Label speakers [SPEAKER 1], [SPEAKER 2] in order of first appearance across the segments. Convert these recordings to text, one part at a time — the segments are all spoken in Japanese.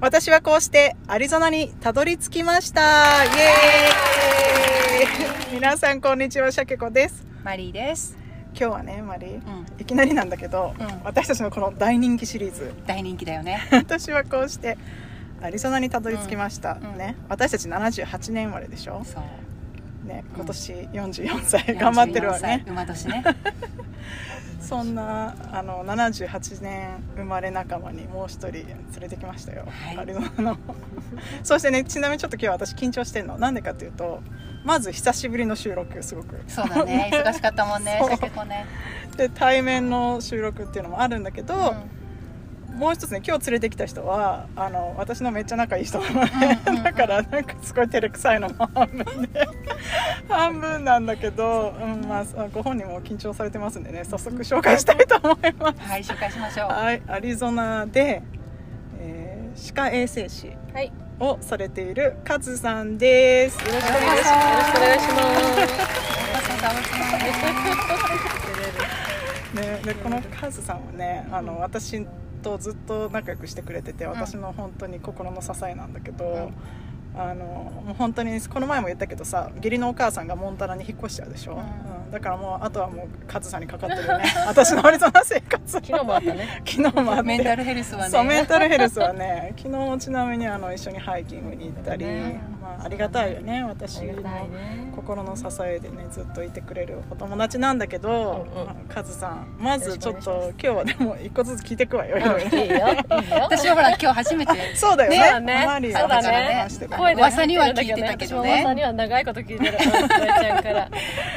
[SPEAKER 1] 私はこうしてアリゾナにたどり着きましたイエーイ皆さんこんにちはシャケ子です
[SPEAKER 2] マリーです。
[SPEAKER 1] 今日はねマリー
[SPEAKER 2] うん、
[SPEAKER 1] いきなりなんだけど、
[SPEAKER 2] うん
[SPEAKER 1] 私たちのこの大人気シリーズ
[SPEAKER 2] 大人気だよね。
[SPEAKER 1] 私はこうしてアリゾナにたどり着きました、
[SPEAKER 2] うんうん
[SPEAKER 1] ね私たち78年生まれでしょ
[SPEAKER 2] そう。
[SPEAKER 1] ね今年44歳、頑張ってるわね
[SPEAKER 2] 44歳馬年ね。
[SPEAKER 1] そんなあの78年生まれ仲間にもう一人連れてきましたよ、
[SPEAKER 2] はい
[SPEAKER 1] アリゾナの そしてねちなみにちょっと今日私緊張してるのなんでかっていうとまず久しぶりの収録すごく
[SPEAKER 2] そうだ ね。忙しかったもんね。
[SPEAKER 1] そう
[SPEAKER 2] 結構ね。
[SPEAKER 1] で対面の収録っていうのもあるんだけど、もう一つね今日連れてきた人はあの私のめっちゃ仲いい人なのね、
[SPEAKER 2] うんうんうん
[SPEAKER 1] だからなんかすごい照れくさいのも半分で 半分なんだけど、うんまあ、ご本人も緊張されてますんでね早速紹介したいと思います
[SPEAKER 2] うん、はい、紹介しましょう。
[SPEAKER 1] はい、アリゾナで、えー、歯科衛生士
[SPEAKER 3] はい、よ
[SPEAKER 1] をされているカズさんです。よろしくお願いし
[SPEAKER 3] ろしくお願いします。
[SPEAKER 1] ます。ね、でこのカズさんはね、あの私とずっと仲良くしてくれてて、私の本当に心の支えなんだけど。あのもう本当にこの前も言ったけどさ義理のお母さんがモンタナに引っ越しちゃうでしょ、
[SPEAKER 2] うん
[SPEAKER 1] うんだからもうあとはもうカズさんにかかってるよね私のアリゾナ生活
[SPEAKER 3] 昨日もあった ね。
[SPEAKER 1] 昨日もあって
[SPEAKER 2] メンタルヘルスはね。
[SPEAKER 1] そうメンタルヘルスはね 昨日もちなみにあの一緒にハイキングに行ったり、
[SPEAKER 2] ね
[SPEAKER 1] まあ、ありがたいよね私の
[SPEAKER 3] ね
[SPEAKER 1] 心の支えでねずっといてくれるお友達なんだけど、
[SPEAKER 3] うんうん
[SPEAKER 1] まあカズさんまずちょっ
[SPEAKER 3] よろ
[SPEAKER 1] と今日はでも一個ずつ聞いてくわよ、いろいろ
[SPEAKER 3] いいよ、いいよ。
[SPEAKER 2] 私はほら、今日初めて。
[SPEAKER 1] そうだよね
[SPEAKER 3] そうだね
[SPEAKER 1] マリー
[SPEAKER 2] そうだね
[SPEAKER 1] 話してた
[SPEAKER 2] 声
[SPEAKER 1] ね
[SPEAKER 2] で噂には聞いてたけどね
[SPEAKER 3] 私も噂には長いこと聞いてる。おばあちゃん から。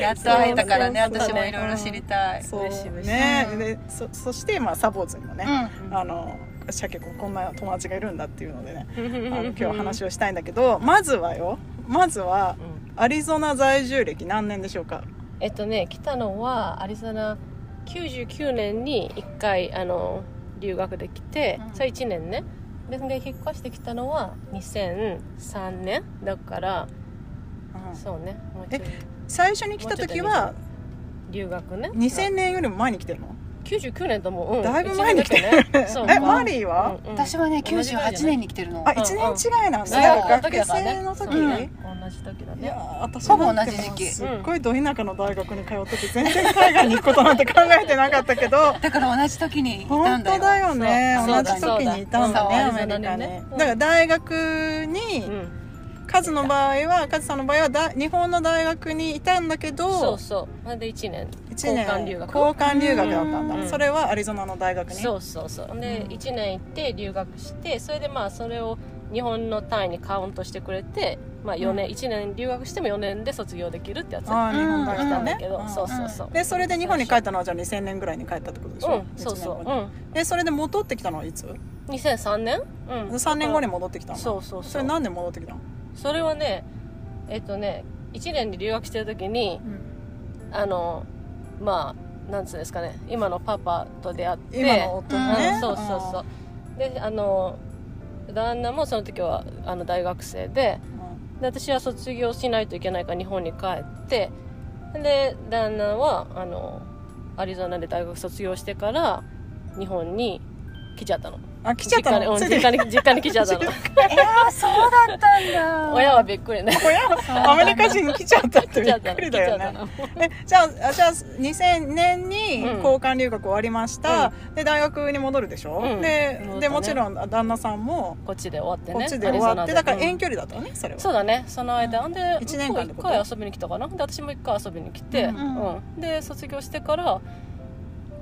[SPEAKER 2] やっと会えたからね。
[SPEAKER 3] そうそうそう
[SPEAKER 2] 私もいろいろ知りたい。
[SPEAKER 1] そう
[SPEAKER 3] 嬉しい嬉しい
[SPEAKER 1] ね
[SPEAKER 2] うん
[SPEAKER 1] でそそして、まあ、サボーズにもね、
[SPEAKER 2] うん
[SPEAKER 1] あのシャケ子こんな友達がいるんだっていうのでねあの今日は話をしたいんだけどまずはよまずは
[SPEAKER 3] うん
[SPEAKER 1] アリゾナ在住歴何年でしょうか
[SPEAKER 3] えっとね、来たのはアリゾナ99年に一回あの留学できて、
[SPEAKER 2] うん
[SPEAKER 3] それ1年ね。でで引っ越してきたのは2003年だから、
[SPEAKER 1] うん
[SPEAKER 3] そうね、もうちょい
[SPEAKER 1] 最初に来た時は
[SPEAKER 3] 留学ね。
[SPEAKER 1] 2000年よりも前に来てるの
[SPEAKER 3] 99年ともう、うん、
[SPEAKER 1] だいぶ前に来てる
[SPEAKER 3] 一年だけねそう
[SPEAKER 1] えマリーは
[SPEAKER 3] うんうん
[SPEAKER 2] 私はね、
[SPEAKER 3] 同じぐらいじゃな
[SPEAKER 2] 98
[SPEAKER 3] い
[SPEAKER 2] 年に来てるの
[SPEAKER 1] あ。
[SPEAKER 3] ん
[SPEAKER 1] 一年違いなん
[SPEAKER 3] そう
[SPEAKER 1] だ
[SPEAKER 3] 学
[SPEAKER 1] 学
[SPEAKER 3] 生
[SPEAKER 1] 生の時
[SPEAKER 2] うん
[SPEAKER 1] い
[SPEAKER 3] 同じ時だ
[SPEAKER 1] や
[SPEAKER 3] ね
[SPEAKER 1] ー私
[SPEAKER 2] ほぼ
[SPEAKER 1] なんて
[SPEAKER 2] 同じ時期
[SPEAKER 1] もうすっごいど田舎の大学に通ってて全然海外に行くことなんて考えてなかったけど
[SPEAKER 2] だから同じ時にいた
[SPEAKER 1] 本
[SPEAKER 2] ん
[SPEAKER 1] 当
[SPEAKER 2] だ
[SPEAKER 1] だ
[SPEAKER 2] よ。
[SPEAKER 1] よね
[SPEAKER 3] そう
[SPEAKER 1] 同じ時にいたんだね
[SPEAKER 2] そう
[SPEAKER 1] ア
[SPEAKER 2] ア
[SPEAKER 3] リゾ
[SPEAKER 1] メ
[SPEAKER 3] ナ
[SPEAKER 1] リ
[SPEAKER 3] に
[SPEAKER 1] カ
[SPEAKER 3] ね
[SPEAKER 1] ね
[SPEAKER 3] う
[SPEAKER 1] だ
[SPEAKER 3] ん
[SPEAKER 1] から大学
[SPEAKER 3] う
[SPEAKER 1] に
[SPEAKER 3] ん
[SPEAKER 1] カズの場合はカズさんの場合はだ日本の大学にいたんだけ
[SPEAKER 3] そ
[SPEAKER 1] ど
[SPEAKER 3] うそうそれで1年
[SPEAKER 1] 一年
[SPEAKER 3] 交換留学
[SPEAKER 1] 交換留学だったん
[SPEAKER 2] う
[SPEAKER 1] だ
[SPEAKER 3] ん
[SPEAKER 1] それはアリゾナの大学に
[SPEAKER 3] そうそうそうで
[SPEAKER 1] うん
[SPEAKER 3] 1年行って留学してそれでまあそれを日本の単位にカウントしてくれて、まあ、4年、
[SPEAKER 1] うん
[SPEAKER 3] 1年留学しても4年で卒業できるってやつ
[SPEAKER 1] ああ日本大
[SPEAKER 3] 来
[SPEAKER 1] 学
[SPEAKER 3] た
[SPEAKER 1] だ
[SPEAKER 3] ん
[SPEAKER 1] ね
[SPEAKER 3] だけど、
[SPEAKER 1] ん
[SPEAKER 3] そうそうそう
[SPEAKER 1] でそれで日本に帰ったのはじゃあ2000年ぐらいに帰ったってことでし
[SPEAKER 3] う
[SPEAKER 1] ょ、
[SPEAKER 3] んそうそう、
[SPEAKER 1] 1年
[SPEAKER 3] う
[SPEAKER 1] 後に
[SPEAKER 3] ん、
[SPEAKER 1] えそれで戻ってきたのはいつ
[SPEAKER 3] 2003年、うん、
[SPEAKER 1] 3年後に戻ってきたの
[SPEAKER 3] そうそう
[SPEAKER 1] そ
[SPEAKER 3] そう
[SPEAKER 1] れなんで戻ってきたの、
[SPEAKER 3] それはねえっとね1年に留学してる時にあのまあなんつうんですかね今のパパと出会って
[SPEAKER 1] 今の夫
[SPEAKER 2] う
[SPEAKER 1] の
[SPEAKER 2] ん
[SPEAKER 1] ね、
[SPEAKER 3] うんそうそうそう、であの旦那もその時はあの大学生で
[SPEAKER 1] う
[SPEAKER 3] で私は卒業しないといけないから日本に帰ってで旦那はあのアリゾナで大学卒業してから日本に来ちゃったの
[SPEAKER 1] んあ来ちゃった
[SPEAKER 3] 実家
[SPEAKER 1] の
[SPEAKER 3] に
[SPEAKER 1] つ
[SPEAKER 3] う
[SPEAKER 1] いてき
[SPEAKER 3] ん実
[SPEAKER 1] た
[SPEAKER 3] 家に実家に来ち ゃったの
[SPEAKER 2] いやー、そうだったんだ。
[SPEAKER 3] 親はびっくりね
[SPEAKER 1] アメリカ人来ちゃったって
[SPEAKER 3] 来
[SPEAKER 1] び
[SPEAKER 3] ちゃ
[SPEAKER 1] っ
[SPEAKER 3] ったの
[SPEAKER 1] く
[SPEAKER 3] 来
[SPEAKER 1] り
[SPEAKER 3] ち
[SPEAKER 1] だ
[SPEAKER 3] ゃ
[SPEAKER 1] よ
[SPEAKER 3] った
[SPEAKER 1] ね
[SPEAKER 3] の
[SPEAKER 1] えじゃああじゃあ2000年に
[SPEAKER 3] うん
[SPEAKER 1] 交換留学終わりました、で大学に戻るでしょ、
[SPEAKER 3] うん
[SPEAKER 1] で
[SPEAKER 3] 戻ったね
[SPEAKER 1] でもちろんあ旦那さんも
[SPEAKER 3] こっちで終わってね
[SPEAKER 1] こっちで終わ
[SPEAKER 3] ア
[SPEAKER 1] って、
[SPEAKER 3] リゾナで
[SPEAKER 1] だから
[SPEAKER 3] うん
[SPEAKER 1] 遠距離だったのねそれは
[SPEAKER 3] そうだねその間、
[SPEAKER 1] うん
[SPEAKER 3] で
[SPEAKER 1] 一年間って
[SPEAKER 3] 向
[SPEAKER 1] こ
[SPEAKER 3] ことう一回遊びに来たかなで私も一回遊びに来て、
[SPEAKER 1] う
[SPEAKER 3] うんん
[SPEAKER 2] うん
[SPEAKER 3] で卒業してから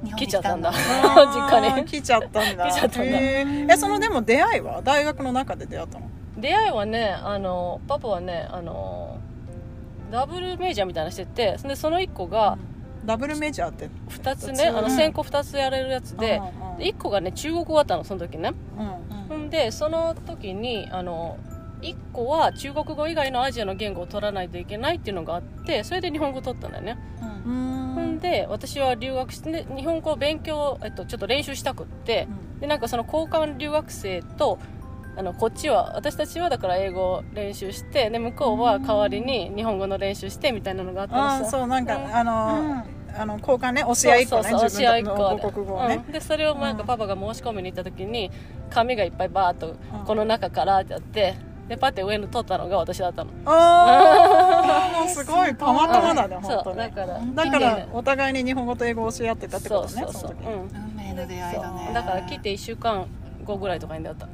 [SPEAKER 2] 日本
[SPEAKER 3] 来
[SPEAKER 2] に
[SPEAKER 3] ちゃったんだ
[SPEAKER 1] あー
[SPEAKER 3] 実家に
[SPEAKER 1] 来ちゃったんだ
[SPEAKER 3] 来ちゃったんだ
[SPEAKER 1] へーえそのでも出会いは大学の中で出会ったの
[SPEAKER 3] 出会いはねあのパパはねあのダブルメジャーみたいなのしててでその1個が
[SPEAKER 1] ダブルメジャーって
[SPEAKER 3] 2つ
[SPEAKER 1] 二
[SPEAKER 3] ね
[SPEAKER 1] つ
[SPEAKER 3] あの先行2つやれるやつで
[SPEAKER 1] うんうん
[SPEAKER 3] 1個がね中国語だったのその時ね
[SPEAKER 1] うん
[SPEAKER 2] うん
[SPEAKER 3] ほんでその時にあの1個は中国語以外のアジアの言語を取らないといけないっていうのがあってそれで日本語取ったんだよね
[SPEAKER 2] う
[SPEAKER 1] う
[SPEAKER 2] ん
[SPEAKER 1] ん
[SPEAKER 3] ほんで私は留学してで日本語を勉強、えっと、ちょっと練習したくってでなんかその交換留学生とあのこっちは私たちはだから英語を練習してで向こうは代わりに日本語の練習してみたいなのがあった
[SPEAKER 1] あ
[SPEAKER 3] の
[SPEAKER 1] ー
[SPEAKER 3] さ
[SPEAKER 1] そうなんか、
[SPEAKER 3] うん
[SPEAKER 1] あのーあの交換ね教え合いっ子ね
[SPEAKER 3] そうそう
[SPEAKER 1] 自
[SPEAKER 3] そう教え合い
[SPEAKER 1] 分
[SPEAKER 3] っ
[SPEAKER 1] の
[SPEAKER 3] 子
[SPEAKER 1] 母国語を
[SPEAKER 3] で、
[SPEAKER 1] ね
[SPEAKER 3] う、ん、でそれをなん
[SPEAKER 1] う
[SPEAKER 3] か
[SPEAKER 1] ん
[SPEAKER 3] パパが申し込みに行った時に紙がいっぱいバーっと
[SPEAKER 1] うん
[SPEAKER 3] この中からってやってでパッて上の取ったのが私だったの
[SPEAKER 1] ああもう すごいたまたまだね
[SPEAKER 3] うん
[SPEAKER 1] 本当
[SPEAKER 3] そうだ
[SPEAKER 1] に
[SPEAKER 3] から
[SPEAKER 1] だか
[SPEAKER 3] 綺麗
[SPEAKER 1] ら
[SPEAKER 3] な
[SPEAKER 1] お互いに日本語と英語を教え合ってたってことね
[SPEAKER 3] そうそうそう
[SPEAKER 1] の時
[SPEAKER 3] うん
[SPEAKER 2] 運命の出会いだね
[SPEAKER 3] そうだから来て1週間後ぐらいとかに出会った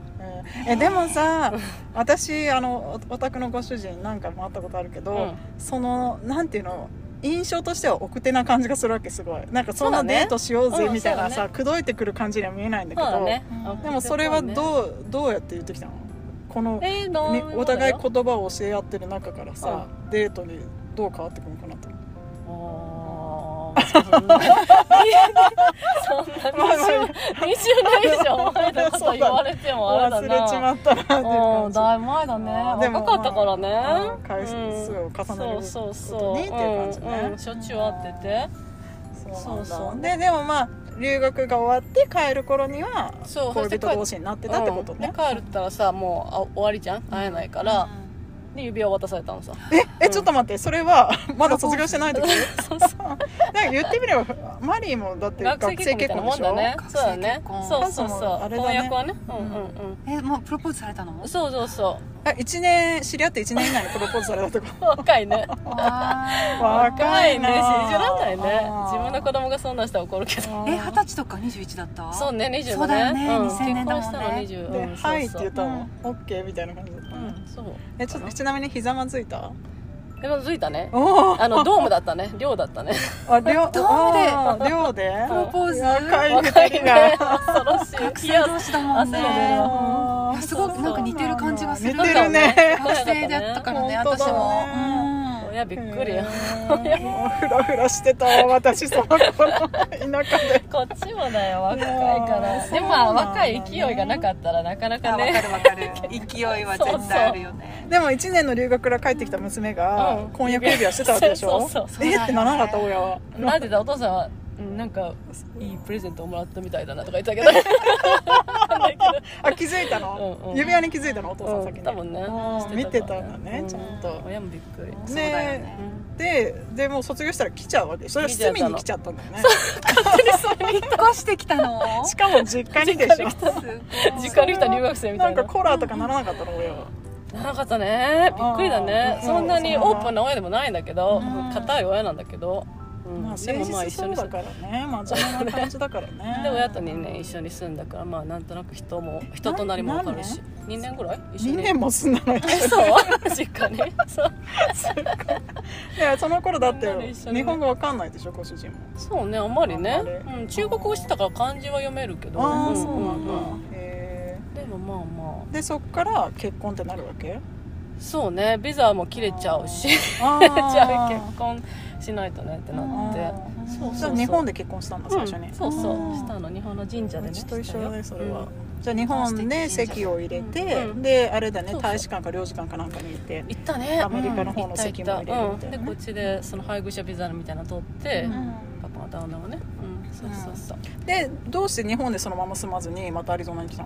[SPEAKER 1] えでも さ私あのおお宅のご主人なんかも会ったことあるけど、
[SPEAKER 3] うん
[SPEAKER 1] そのなんていうの印象としては奥手な感じがするわけすごいなんかそん
[SPEAKER 3] そ
[SPEAKER 1] な
[SPEAKER 3] うだね
[SPEAKER 1] デートしようぜみたいな
[SPEAKER 3] うんそう
[SPEAKER 1] さ、
[SPEAKER 3] だ
[SPEAKER 1] 口説いてくる感じには見えないんだけ
[SPEAKER 3] そうだ
[SPEAKER 1] ど、
[SPEAKER 3] ね
[SPEAKER 2] うん
[SPEAKER 1] でもそれは
[SPEAKER 3] う
[SPEAKER 1] どうどうやって言ってきたのこの、
[SPEAKER 3] えーなん
[SPEAKER 1] ね
[SPEAKER 3] だろう
[SPEAKER 1] お互い言葉を教え合ってる中からさ、デートにどう変わってくるのかな と まあま
[SPEAKER 3] あーそんなそんな
[SPEAKER 1] あ
[SPEAKER 3] 20年以上前のこと言われてもあれだ
[SPEAKER 1] 忘れ
[SPEAKER 3] な
[SPEAKER 1] ちまったなっていう
[SPEAKER 3] う
[SPEAKER 1] 感
[SPEAKER 3] ん
[SPEAKER 1] じ
[SPEAKER 3] だいぶ前だね
[SPEAKER 1] でも
[SPEAKER 3] 若かったから
[SPEAKER 1] まあ
[SPEAKER 3] ね
[SPEAKER 1] 回数を重ねることに
[SPEAKER 3] うんそうそうそう
[SPEAKER 1] っていう感じね
[SPEAKER 3] うんうんしょっちゅう会ってて
[SPEAKER 1] そうなんだ
[SPEAKER 3] そうそう
[SPEAKER 1] ででもまあ留学が終わって帰る頃には
[SPEAKER 3] そう
[SPEAKER 1] 恋人同
[SPEAKER 3] し
[SPEAKER 1] 士になって
[SPEAKER 3] て
[SPEAKER 1] たってことね
[SPEAKER 3] で、帰るったらさもうあ終わりじゃん会えないからで指輪渡されたのさ
[SPEAKER 1] ええちょっと待ってそれは まだ卒業してない時 なん
[SPEAKER 3] そうそう
[SPEAKER 1] か言ってみればマリーもだって学
[SPEAKER 3] 学生
[SPEAKER 1] 生
[SPEAKER 3] 結婚み
[SPEAKER 1] 結
[SPEAKER 3] たいな
[SPEAKER 1] 婚
[SPEAKER 3] も
[SPEAKER 1] で
[SPEAKER 3] ん
[SPEAKER 1] し
[SPEAKER 3] だ
[SPEAKER 1] ょ、
[SPEAKER 3] ね
[SPEAKER 2] 学
[SPEAKER 3] そうだ
[SPEAKER 2] 生
[SPEAKER 3] ね
[SPEAKER 2] 結婚
[SPEAKER 3] そうそうそう
[SPEAKER 1] あれだね
[SPEAKER 3] 婚約はねうんうん
[SPEAKER 2] えもうプロポーズされたの
[SPEAKER 3] うんそうそうそ
[SPEAKER 1] あ1年知り合って1年以内にプロ ポーズされたってこ
[SPEAKER 3] う若いね
[SPEAKER 2] あ
[SPEAKER 1] 若い
[SPEAKER 3] ね
[SPEAKER 1] な
[SPEAKER 3] 信じらんないね
[SPEAKER 1] あー
[SPEAKER 3] 自分の子供がそんなんしたら怒るけど
[SPEAKER 1] と
[SPEAKER 2] ーえ二十歳とか二十一だった
[SPEAKER 3] そうね20
[SPEAKER 2] そうだよね
[SPEAKER 3] うん
[SPEAKER 2] 2000年だもんね
[SPEAKER 3] 結婚したの20
[SPEAKER 1] で「
[SPEAKER 3] うんそうそう
[SPEAKER 1] はい」って言ったの「
[SPEAKER 2] う
[SPEAKER 1] OK」みたいな感じだった
[SPEAKER 3] う
[SPEAKER 1] の
[SPEAKER 3] んそう
[SPEAKER 1] えちょっとちなみにひざまずいた
[SPEAKER 3] でもづいたね
[SPEAKER 1] おー
[SPEAKER 3] あのドームだったね寮 だったね
[SPEAKER 1] あ寮
[SPEAKER 2] ドー
[SPEAKER 1] ムで寮で
[SPEAKER 2] プロポーズ
[SPEAKER 1] 若い
[SPEAKER 3] 若い
[SPEAKER 1] 二人
[SPEAKER 3] ね
[SPEAKER 1] が
[SPEAKER 3] 恐ろしいいや
[SPEAKER 2] 同士だもん
[SPEAKER 3] 汗が出る
[SPEAKER 2] ね
[SPEAKER 3] わ
[SPEAKER 1] あー
[SPEAKER 2] すごくなんか似てる感じがする
[SPEAKER 1] 似てるね
[SPEAKER 2] 学生だったからね
[SPEAKER 1] 本当
[SPEAKER 2] 私
[SPEAKER 1] だ
[SPEAKER 2] も
[SPEAKER 1] ね
[SPEAKER 3] 親びっくり
[SPEAKER 1] へ
[SPEAKER 3] よ
[SPEAKER 1] ーもうフラフラしてたわ私その頃田舎で
[SPEAKER 3] こっちもだよ若いから
[SPEAKER 1] うん
[SPEAKER 3] でも
[SPEAKER 1] そ
[SPEAKER 3] まあ
[SPEAKER 1] うなんだ
[SPEAKER 3] 若
[SPEAKER 1] ね
[SPEAKER 3] い勢いがなかったらなかな
[SPEAKER 2] あ
[SPEAKER 3] か
[SPEAKER 2] わか
[SPEAKER 3] ね
[SPEAKER 2] るわかる勢いは絶対あるよね
[SPEAKER 1] でも1年の留学から帰ってきた娘が
[SPEAKER 3] うん
[SPEAKER 1] 婚約指輪してたわけでしょ
[SPEAKER 3] そうそう
[SPEAKER 2] そう
[SPEAKER 1] えってならなかった親は
[SPEAKER 3] なんでだお父さんはうんなんかいいプレゼントをもらったみたいだなとか言ってたけどわかんないけど
[SPEAKER 1] あ気づいたの、
[SPEAKER 3] うんうん
[SPEAKER 1] 指輪に気づいたのお父さん先
[SPEAKER 3] う
[SPEAKER 1] に、
[SPEAKER 3] ん多分ね
[SPEAKER 1] うん見てたんだね、
[SPEAKER 3] う
[SPEAKER 1] ちゃんと
[SPEAKER 3] 親もびっくり
[SPEAKER 2] そうだよね
[SPEAKER 1] ででもう卒業したら来ちゃうわけそれは住みに来ちゃったんだよね
[SPEAKER 2] 引っ越してきた の
[SPEAKER 1] しかも実家にでしょ
[SPEAKER 2] すごい
[SPEAKER 3] 実家に来た留学生みた
[SPEAKER 1] なん
[SPEAKER 3] いな
[SPEAKER 1] かコラーとかならなかったの親は
[SPEAKER 3] なかったねびっくりだね
[SPEAKER 1] うん
[SPEAKER 3] そんなに
[SPEAKER 1] そうそう
[SPEAKER 3] オープンな親でもないんだけど
[SPEAKER 2] うん
[SPEAKER 3] 硬い親なんだけどうん
[SPEAKER 1] まあ
[SPEAKER 3] で
[SPEAKER 1] 誠
[SPEAKER 3] もまあ
[SPEAKER 1] 実
[SPEAKER 3] 一緒
[SPEAKER 1] そう
[SPEAKER 3] に
[SPEAKER 1] だ
[SPEAKER 3] 住
[SPEAKER 1] からね真面目 な感じだからね
[SPEAKER 3] んで親と2年一緒に住んだからまあなんとなく人も人となりも分かるし2年ぐらい一緒
[SPEAKER 1] 2
[SPEAKER 3] に
[SPEAKER 1] 年も住ん だのに
[SPEAKER 3] そう実家にそう
[SPEAKER 1] いやその頃だって
[SPEAKER 3] みんなで一緒にね
[SPEAKER 1] 日本語わかんないでしょご主人も
[SPEAKER 3] そうねあんまり
[SPEAKER 1] あ
[SPEAKER 3] ね
[SPEAKER 1] んまり
[SPEAKER 3] うん中国語してたから漢字は読めるけど
[SPEAKER 1] あ
[SPEAKER 3] う
[SPEAKER 1] あ
[SPEAKER 3] ん
[SPEAKER 1] そうなんだ
[SPEAKER 3] う
[SPEAKER 1] へ
[SPEAKER 3] んでもまあま
[SPEAKER 1] えでそっから結婚ってなるわけ
[SPEAKER 3] あそうねビザも切れちゃうし じ
[SPEAKER 1] あ
[SPEAKER 3] ゃあ結婚しないとねってなってそう
[SPEAKER 1] じゃ
[SPEAKER 3] そ
[SPEAKER 1] あ
[SPEAKER 3] う
[SPEAKER 1] 日本で結婚したんだ最初
[SPEAKER 3] う
[SPEAKER 1] に
[SPEAKER 3] んそうそう
[SPEAKER 2] うん
[SPEAKER 3] したの日本の神社で
[SPEAKER 1] う
[SPEAKER 3] ね
[SPEAKER 1] ちと一緒だね
[SPEAKER 3] し
[SPEAKER 1] そ
[SPEAKER 3] たよ
[SPEAKER 1] れは
[SPEAKER 3] うん
[SPEAKER 1] じゃあ日本で籍を入れて
[SPEAKER 3] うん
[SPEAKER 1] であれだね
[SPEAKER 3] そうそう
[SPEAKER 1] 大使館か領事館かなんかに行って
[SPEAKER 3] 行ったね
[SPEAKER 1] アメリカの方の席も入れるみたいなね
[SPEAKER 3] うんでこっちでその配偶者ビザみたいなの取って、
[SPEAKER 1] うん
[SPEAKER 3] パパの旦那はね、うん、そうそうそう、
[SPEAKER 1] でどうして日本でそのまま住まずにまたアリゾナに来た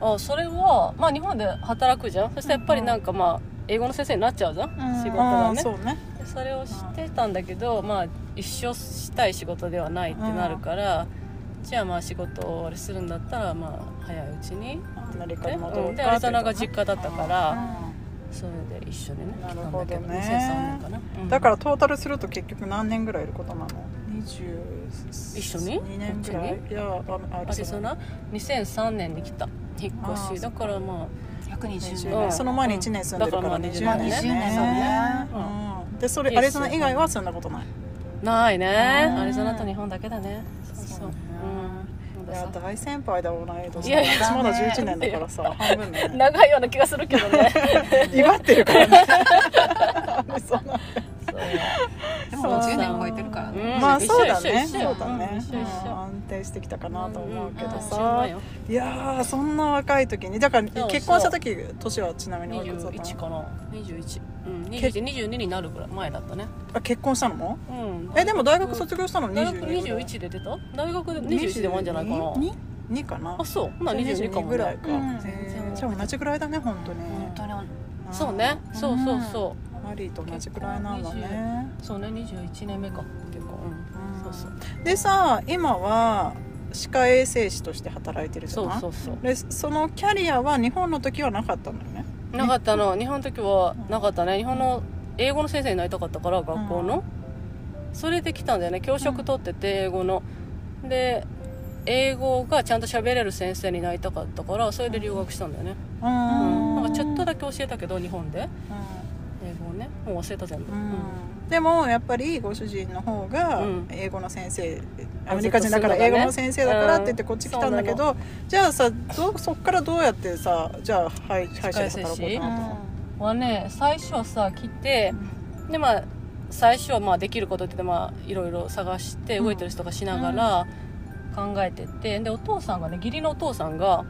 [SPEAKER 1] の
[SPEAKER 3] あそれはまあ日本で働くじゃんそしてやっぱりなんかまあ英語の先生になっちゃうじゃん、
[SPEAKER 2] うん
[SPEAKER 3] 仕事
[SPEAKER 1] あ
[SPEAKER 3] が
[SPEAKER 1] あ
[SPEAKER 3] ね
[SPEAKER 1] そうね
[SPEAKER 3] でそれをしてたんだけどまあ一生したい仕事ではないってなるから、じゃあまあ仕事をあれするんだったらまあ早いうちに
[SPEAKER 1] アメリカ
[SPEAKER 3] で,、
[SPEAKER 1] に戻
[SPEAKER 3] う
[SPEAKER 1] る
[SPEAKER 3] ん、でアリゾナが
[SPEAKER 1] 実
[SPEAKER 3] 実家だったからそれで一緒にね来たんだけ
[SPEAKER 1] なる
[SPEAKER 3] ど
[SPEAKER 1] ほどね
[SPEAKER 3] 2003年かな、うん
[SPEAKER 1] だからトータルすると結局何年ぐらいいることなの20
[SPEAKER 3] 一緒に
[SPEAKER 1] 2年ぐらい
[SPEAKER 3] こ
[SPEAKER 1] いやあ
[SPEAKER 3] アリゾナ2003年に来た引っ
[SPEAKER 1] あ
[SPEAKER 3] 越
[SPEAKER 1] ー
[SPEAKER 3] しだからまあ
[SPEAKER 1] 20
[SPEAKER 2] 120年
[SPEAKER 1] 年
[SPEAKER 3] うん
[SPEAKER 1] その前に1年住んでるか
[SPEAKER 3] だからま
[SPEAKER 1] ら
[SPEAKER 3] あ
[SPEAKER 1] 20年
[SPEAKER 2] 20年だね
[SPEAKER 1] うんでそれアリゾナ以外は住んだことない
[SPEAKER 3] ないね
[SPEAKER 1] うん
[SPEAKER 3] アリゾナと日本だけだねそうそう
[SPEAKER 1] そうね
[SPEAKER 3] うん
[SPEAKER 1] い
[SPEAKER 3] まだ
[SPEAKER 1] や
[SPEAKER 3] さ
[SPEAKER 1] 大先輩だ同い年
[SPEAKER 3] いやい
[SPEAKER 1] 私
[SPEAKER 2] や
[SPEAKER 1] まだ11年だから さ半分ね
[SPEAKER 3] 長いような気がするけどね
[SPEAKER 1] 威張ってるからねアリゾナ
[SPEAKER 3] そう
[SPEAKER 2] でも50年超えてるからね
[SPEAKER 3] うん
[SPEAKER 1] まあそうだね
[SPEAKER 3] 一
[SPEAKER 1] そ
[SPEAKER 3] 緒
[SPEAKER 1] う
[SPEAKER 3] 一緒
[SPEAKER 1] だね
[SPEAKER 3] 一
[SPEAKER 1] う
[SPEAKER 3] 緒
[SPEAKER 1] ん
[SPEAKER 3] 一緒
[SPEAKER 1] 安定してきたかなと思うけど
[SPEAKER 3] ん
[SPEAKER 1] さ
[SPEAKER 3] うん
[SPEAKER 1] いやーそんな若い時にだから
[SPEAKER 3] そうそう
[SPEAKER 1] 結婚した時年はちなみにおいくつだった
[SPEAKER 3] 21
[SPEAKER 1] の
[SPEAKER 3] かな21うん21 22になるぐらい前だったね
[SPEAKER 1] あ結婚したのも
[SPEAKER 3] うん
[SPEAKER 1] えでも大学卒業したの
[SPEAKER 3] 大学
[SPEAKER 1] 22
[SPEAKER 3] 21で出た大学で21でもあるんじゃないかな
[SPEAKER 1] 二かな
[SPEAKER 3] あそうほな22かも
[SPEAKER 1] ぐらい
[SPEAKER 3] ね
[SPEAKER 1] か
[SPEAKER 2] うん
[SPEAKER 1] じゃあ同じぐらいだね本当に
[SPEAKER 2] 本当に
[SPEAKER 3] そうねそうそうそう
[SPEAKER 1] あハリーと同じくらいなんだね
[SPEAKER 3] そうね21年目か結構、そうそう
[SPEAKER 1] でさ今は歯科衛生士として働いてるじゃ
[SPEAKER 3] そう
[SPEAKER 1] ない
[SPEAKER 3] そうそう
[SPEAKER 1] でそのキャリアは日本の時はなかったんだよね
[SPEAKER 3] なかったの日本の時はなかったね日本の英語の先生になりたかったから学校の、それで来たんだよね教職取ってて英語ので英語がちゃんと喋れる先生になりたかったからそれで留学したんだよね、
[SPEAKER 1] う
[SPEAKER 3] うん
[SPEAKER 1] ん
[SPEAKER 3] なんかちょっとだけ教えたけど日本で
[SPEAKER 1] う
[SPEAKER 3] 英語をねもう忘れた全部、
[SPEAKER 1] んでもやっぱりご主人の方が
[SPEAKER 3] うん
[SPEAKER 1] 英語の先生アメリカ人だから英語の先生だからって言ってこっち来たんだけどじゃあさどうそっからどうやってさじゃあ歯医歯医者で働こうかなと思
[SPEAKER 3] はね最初はさ
[SPEAKER 1] っ
[SPEAKER 3] 来て
[SPEAKER 1] て
[SPEAKER 3] でまあ最初はまあできることって言ってまあいろいろ探して
[SPEAKER 1] うん
[SPEAKER 3] 動いてる人がしながら考えてって、でお父さんがね義理のお父さんが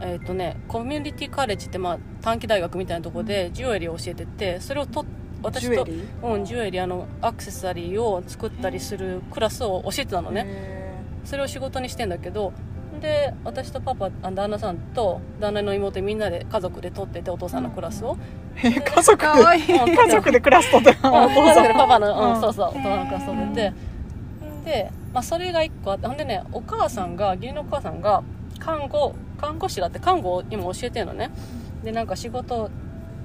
[SPEAKER 3] えっ、とねコミュニティカレッジってまあ短期大学みたいなとこでジュエリーを教えててそれをとっ
[SPEAKER 1] ジ
[SPEAKER 3] 私
[SPEAKER 1] ュエ
[SPEAKER 3] と
[SPEAKER 1] リー
[SPEAKER 3] うん、ジュエリーあのアクセサリーを作ったりするクラスを教えてたのね、
[SPEAKER 1] へ
[SPEAKER 3] それを仕事にしてんだけどで私とパパあ旦那さんと旦那の妹みんなで家族で取っててお父さんのクラスを、
[SPEAKER 1] ーえ家族で
[SPEAKER 2] かわいい
[SPEAKER 1] 家族でクラスとって お
[SPEAKER 3] うん
[SPEAKER 1] 父さん
[SPEAKER 3] パパの、うん
[SPEAKER 1] うん
[SPEAKER 3] そうそう大人のクラスを出てで、まあ、それが1個あってほんでねお母さんが義理のお母さんが看護看護師だって看護を今教えてるのねでなんか仕事を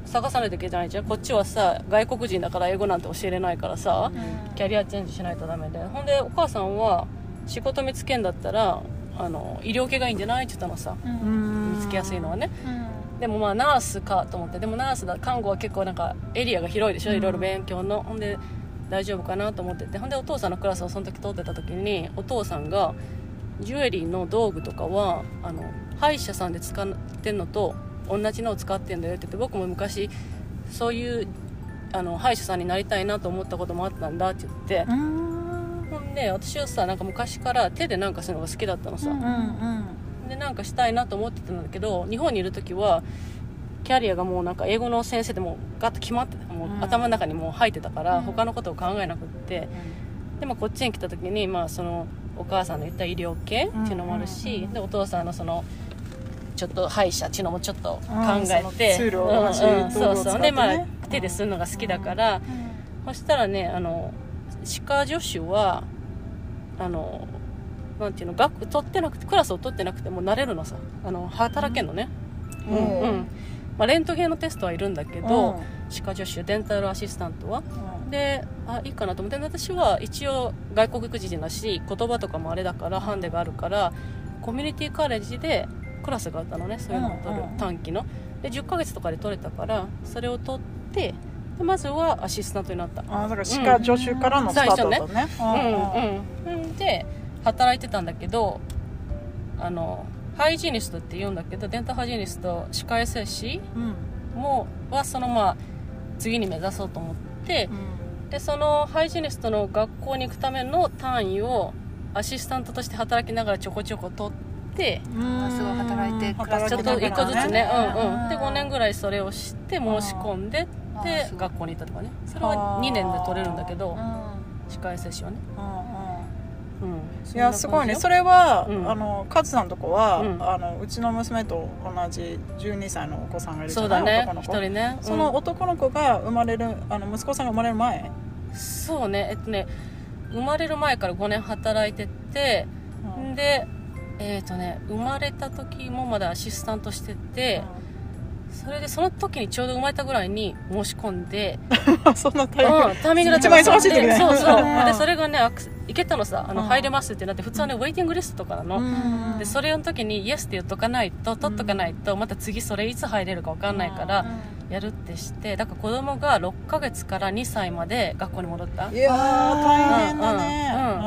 [SPEAKER 3] 探さないといけないじゃんこっちはさ外国人だから英語なんて教えれないからさキャリアチェンジしないとダメでほんでお母さんは仕事見つけんだったらあの医療系がいいんじゃないって言ったのさ見つけやすいのはねでもまあナースかと思ってでもナースだ看護は結構なんかエリアが広いでしょ、
[SPEAKER 1] うん
[SPEAKER 3] いろいろ勉強のほんで大丈夫かなと思っててほんでお父さんのクラスをその時通ってた時にお父さんがジュエリーの道具とかはあの歯医者さんで使ってんのと同じのを使ってんだよって言って僕も昔そういうあの歯医者さんになりたいなと思ったこともあったんだって言って、
[SPEAKER 1] うん
[SPEAKER 3] ほんで私はさなんか昔から手でなんかするのが好きだったのさ、
[SPEAKER 1] うん
[SPEAKER 3] でなんかしたいなと思ってたんだけど日本にいる時はキャリアがもうなんか英語の先生でもうガッと決まってたもう
[SPEAKER 1] うん
[SPEAKER 3] 頭の中にもう入ってたから、
[SPEAKER 1] うん
[SPEAKER 3] 他のことを考えなくってで、まあ、こっちに来た時に、まあ、そのお母さんの言った医療系っていうのもあるし、
[SPEAKER 1] うんうんうん
[SPEAKER 3] でお父さんのそのちょっと歯医者っていうのもちょっと考え
[SPEAKER 1] うん
[SPEAKER 3] て、
[SPEAKER 1] そのツールを
[SPEAKER 3] うんうん
[SPEAKER 1] 同じ道具を使ってね
[SPEAKER 3] そうそうで、まあ、手でするのが好きだから、そしたらねあの歯科助手はあのなんていうの学取ってなくてクラスを取ってなくても慣れるのさあの働けんのね、
[SPEAKER 1] うん
[SPEAKER 3] うん
[SPEAKER 1] う
[SPEAKER 3] まあ、レントゲンのテストはいるんだけど、歯科助手デンタルアシスタントはであいいかなと思ってで私は一応外国人だし言葉とかもあれだからハンデがあるからコミュニティカレッジでクラスがあったのねそういうのを取る、
[SPEAKER 1] うんうん
[SPEAKER 3] 短期ので10ヶ月とかで取れたからそれを取ってでまずはアシスタントになった
[SPEAKER 1] あーだから歯科助手からのスタートだったね
[SPEAKER 3] うんうん、で働いてたんだけどあのハイジニストって言うんだけどデンタルハイジニスト歯科衛生士
[SPEAKER 1] うんうん
[SPEAKER 3] もはそのまあ次に目指そうと思ってでそのハイジニストの学校に行くための単位をアシスタントとして働きながらちょこちょこ取って
[SPEAKER 1] うん
[SPEAKER 2] あすごい働いて
[SPEAKER 3] ちょっと
[SPEAKER 2] 働きな
[SPEAKER 3] 一
[SPEAKER 2] が
[SPEAKER 3] 個
[SPEAKER 2] ら
[SPEAKER 3] ずつねうんうんで5年ぐらいそれをして申し込んでって学校に行ったとかねそれは2年で取れるんだけど歯科衛生士はね
[SPEAKER 1] うんうん
[SPEAKER 3] うん
[SPEAKER 1] いやすごいね
[SPEAKER 3] そんな感じ
[SPEAKER 1] そ
[SPEAKER 3] よ
[SPEAKER 1] れは、
[SPEAKER 3] うん
[SPEAKER 1] あのカズさんとこは、
[SPEAKER 3] うん
[SPEAKER 1] あのうちの娘と同じ12歳のお子さんがいるじ
[SPEAKER 3] そ
[SPEAKER 1] ゃ
[SPEAKER 3] う
[SPEAKER 1] な
[SPEAKER 3] だ
[SPEAKER 1] い、
[SPEAKER 3] ね
[SPEAKER 1] 男の
[SPEAKER 3] 一
[SPEAKER 1] 子
[SPEAKER 3] 人ね
[SPEAKER 1] その男の子が生まれるあの息子さんが生まれる前、
[SPEAKER 3] うんそうねえっとね生まれる前から5年働いててんでえっ、とね生まれた時もまだアシスタントしててそれでその時にちょうど生まれたぐらいに申し込んで、
[SPEAKER 1] うん そんな
[SPEAKER 3] う
[SPEAKER 1] 大変、
[SPEAKER 3] ん、タイミングが
[SPEAKER 1] 一番忙しい時ね
[SPEAKER 3] そうそう
[SPEAKER 1] うん
[SPEAKER 3] でそれがねアクセいけたのさあの、
[SPEAKER 1] うん
[SPEAKER 3] 入れますってなって普通はねウェイティングリストとかなの、
[SPEAKER 1] うん
[SPEAKER 3] でそれの時にイエスって言っとかないと取っとかないとまた次それいつ入れるか分かんないから、やるってしてだから子供が6ヶ月から2歳まで学校に戻った
[SPEAKER 1] いやー大変だ
[SPEAKER 3] うん
[SPEAKER 1] ね、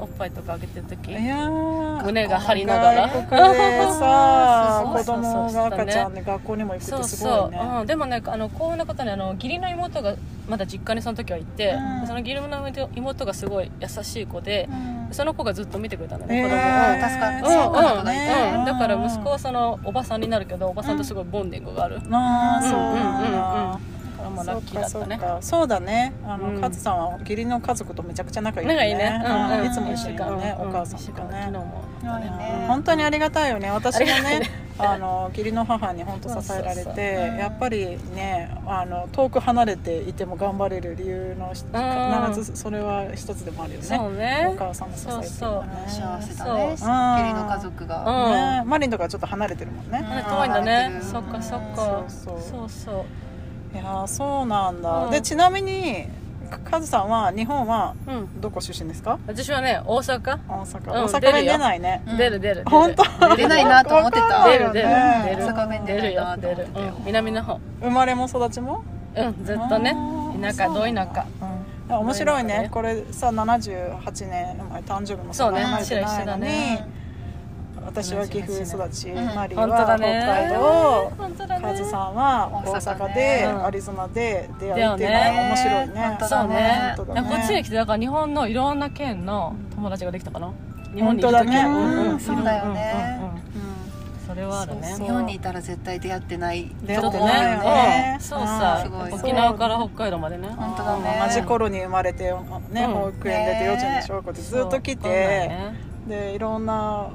[SPEAKER 3] おっぱいとかあげてる時
[SPEAKER 1] うんいやー
[SPEAKER 3] 胸が張りなが
[SPEAKER 1] 外
[SPEAKER 3] ら
[SPEAKER 1] 国でさ
[SPEAKER 3] そう
[SPEAKER 1] 子
[SPEAKER 3] そうそう
[SPEAKER 1] 供が赤ちゃんで学校にも行くっ
[SPEAKER 3] そう
[SPEAKER 1] てすご
[SPEAKER 3] そ、
[SPEAKER 1] いうね
[SPEAKER 3] うん、でもねあの幸運なことにあの義理の妹がまだ実家にその時はいて、
[SPEAKER 1] うん
[SPEAKER 3] その義理の妹がすごい優しい子でその子がずっと見てくれたのね、
[SPEAKER 1] え
[SPEAKER 3] 子供を
[SPEAKER 1] ー
[SPEAKER 2] 助かる
[SPEAKER 3] うん
[SPEAKER 2] そう
[SPEAKER 3] うん
[SPEAKER 2] な
[SPEAKER 3] うんん
[SPEAKER 2] だね
[SPEAKER 3] だから息子はそのおばさんになるけどおばさんとすごいボンディングがある、だ
[SPEAKER 1] ああ
[SPEAKER 3] うん
[SPEAKER 1] そうなんだ、
[SPEAKER 3] うんうんうんからまあラッキーだった
[SPEAKER 1] そうかそ
[SPEAKER 3] ね
[SPEAKER 1] うかそうだねあの、
[SPEAKER 3] うん
[SPEAKER 1] カズさんは義理の家族とめちゃくちゃ仲いいよ
[SPEAKER 3] 仲いいね、うん
[SPEAKER 1] う
[SPEAKER 3] うんん、
[SPEAKER 1] いつも一緒にいるね、
[SPEAKER 3] うん
[SPEAKER 1] お母さんとか
[SPEAKER 3] 一緒に
[SPEAKER 1] ね
[SPEAKER 3] 昨日も
[SPEAKER 2] そうだね
[SPEAKER 1] 本当にありがたいよね私も
[SPEAKER 3] ありが
[SPEAKER 1] ねあの義理の母に本当支えられ
[SPEAKER 3] そうそう
[SPEAKER 1] て
[SPEAKER 3] そう
[SPEAKER 1] やっぱりねあの遠く離れていても頑張れる理由の一つ
[SPEAKER 3] うん
[SPEAKER 1] 必ずそれは一つでもあるよね
[SPEAKER 3] そう
[SPEAKER 1] お
[SPEAKER 3] ね
[SPEAKER 1] 母さんの支えっていうのはね
[SPEAKER 2] 幸せだね義
[SPEAKER 1] そう
[SPEAKER 2] 理の家族が、
[SPEAKER 3] うん
[SPEAKER 1] ねマリンとかちょっと離れてるもんね
[SPEAKER 3] あれ遠いんだね
[SPEAKER 2] うん
[SPEAKER 3] そっかそっか
[SPEAKER 1] そうそう
[SPEAKER 3] そうそう
[SPEAKER 1] いやーそうなんだ、
[SPEAKER 3] うん
[SPEAKER 1] でちなみにかカズさんは日本は
[SPEAKER 3] うん
[SPEAKER 1] どこ出身ですか
[SPEAKER 3] 私はね大阪
[SPEAKER 1] 大阪、
[SPEAKER 3] うん
[SPEAKER 1] 大阪
[SPEAKER 3] 出る
[SPEAKER 1] 弁
[SPEAKER 3] よ
[SPEAKER 1] 出ないね、
[SPEAKER 2] うん
[SPEAKER 3] 出る出る
[SPEAKER 1] 本当
[SPEAKER 2] 出れないなと思ってた
[SPEAKER 3] 出る出る
[SPEAKER 1] わか
[SPEAKER 3] 出
[SPEAKER 1] ん
[SPEAKER 3] る
[SPEAKER 1] ない
[SPEAKER 2] 大阪弁
[SPEAKER 3] 出
[SPEAKER 2] 出
[SPEAKER 3] る
[SPEAKER 2] る
[SPEAKER 3] よ
[SPEAKER 2] な
[SPEAKER 3] 出る、
[SPEAKER 2] と思って
[SPEAKER 3] うん南の方
[SPEAKER 1] 生まれも育ちも
[SPEAKER 3] うんずっとね
[SPEAKER 1] あー
[SPEAKER 3] 田舎
[SPEAKER 1] そう
[SPEAKER 3] ど
[SPEAKER 1] なん
[SPEAKER 3] 田
[SPEAKER 1] だい
[SPEAKER 3] 舎
[SPEAKER 1] や面白いね
[SPEAKER 3] ね
[SPEAKER 1] これさ78年前誕生日も
[SPEAKER 3] そうね
[SPEAKER 1] 生まれてないのに、
[SPEAKER 3] 白石
[SPEAKER 1] 私は岐阜育ち、
[SPEAKER 2] うん
[SPEAKER 1] マリー
[SPEAKER 3] 本当だ
[SPEAKER 1] は北
[SPEAKER 3] ね
[SPEAKER 1] 海道、
[SPEAKER 3] 本当だね
[SPEAKER 1] カズさんは大阪で、
[SPEAKER 3] 大阪ね
[SPEAKER 1] アリゾナで出会うっていうのは
[SPEAKER 3] だよね
[SPEAKER 1] 面白いね
[SPEAKER 2] 本当
[SPEAKER 3] そうね
[SPEAKER 1] 本当
[SPEAKER 3] な
[SPEAKER 1] だ
[SPEAKER 3] ん
[SPEAKER 1] ね
[SPEAKER 3] かこっちに来てだから日本のいろんな県の友達ができたかな日本に
[SPEAKER 1] 本
[SPEAKER 3] い
[SPEAKER 1] 当
[SPEAKER 3] る
[SPEAKER 1] だ
[SPEAKER 3] 時
[SPEAKER 1] ね
[SPEAKER 3] ん
[SPEAKER 1] うん
[SPEAKER 2] そうだよね
[SPEAKER 3] うんうんうんそれはあるね
[SPEAKER 1] そう
[SPEAKER 2] 日本にいたら絶対出会ってない
[SPEAKER 1] 出
[SPEAKER 3] ち
[SPEAKER 1] 会
[SPEAKER 3] ょ
[SPEAKER 1] っ
[SPEAKER 3] ってと
[SPEAKER 1] な
[SPEAKER 2] だ
[SPEAKER 1] い
[SPEAKER 2] よ
[SPEAKER 1] よ
[SPEAKER 3] ね
[SPEAKER 1] ね
[SPEAKER 3] うんそうさ
[SPEAKER 2] すごい
[SPEAKER 3] 沖縄から北海道までね
[SPEAKER 2] 本当だね
[SPEAKER 1] 同じ頃に生まれて、ね
[SPEAKER 3] うん
[SPEAKER 1] 保育園出て幼稚園でしょ、こうやってずっと来
[SPEAKER 3] そうわかんな
[SPEAKER 1] て、
[SPEAKER 3] いね
[SPEAKER 1] でいろんな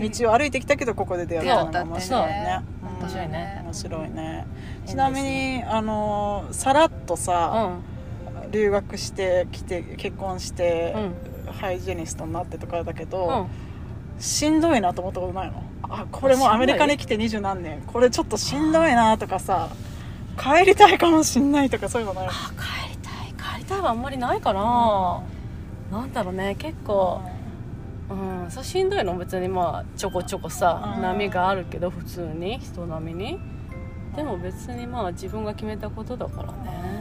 [SPEAKER 1] 道を歩いてきたけどここで出会ったのが面白いね
[SPEAKER 3] そう
[SPEAKER 1] うん
[SPEAKER 3] 面白いね
[SPEAKER 1] 面白いね
[SPEAKER 3] ん
[SPEAKER 1] ちなみにあのさらっと
[SPEAKER 3] う
[SPEAKER 1] さ、
[SPEAKER 3] ん
[SPEAKER 1] 留学して来て結婚して、ハイジェニストになってとかだけ
[SPEAKER 3] うんう
[SPEAKER 1] ど、
[SPEAKER 3] ん
[SPEAKER 1] しんどいなと思ったことないのあこれもうアメリカに来て二十何年これちょっとしんどいなとかさ帰りたいかもしんないとかそういうのないの
[SPEAKER 3] あ帰りたい帰りたいはあんまりないかななんだろうね結構うんそうしんどいの別にまあちょこちょこさ
[SPEAKER 1] うん
[SPEAKER 3] 波があるけど普通に人並みにでも別にまあ自分が決めたことだからね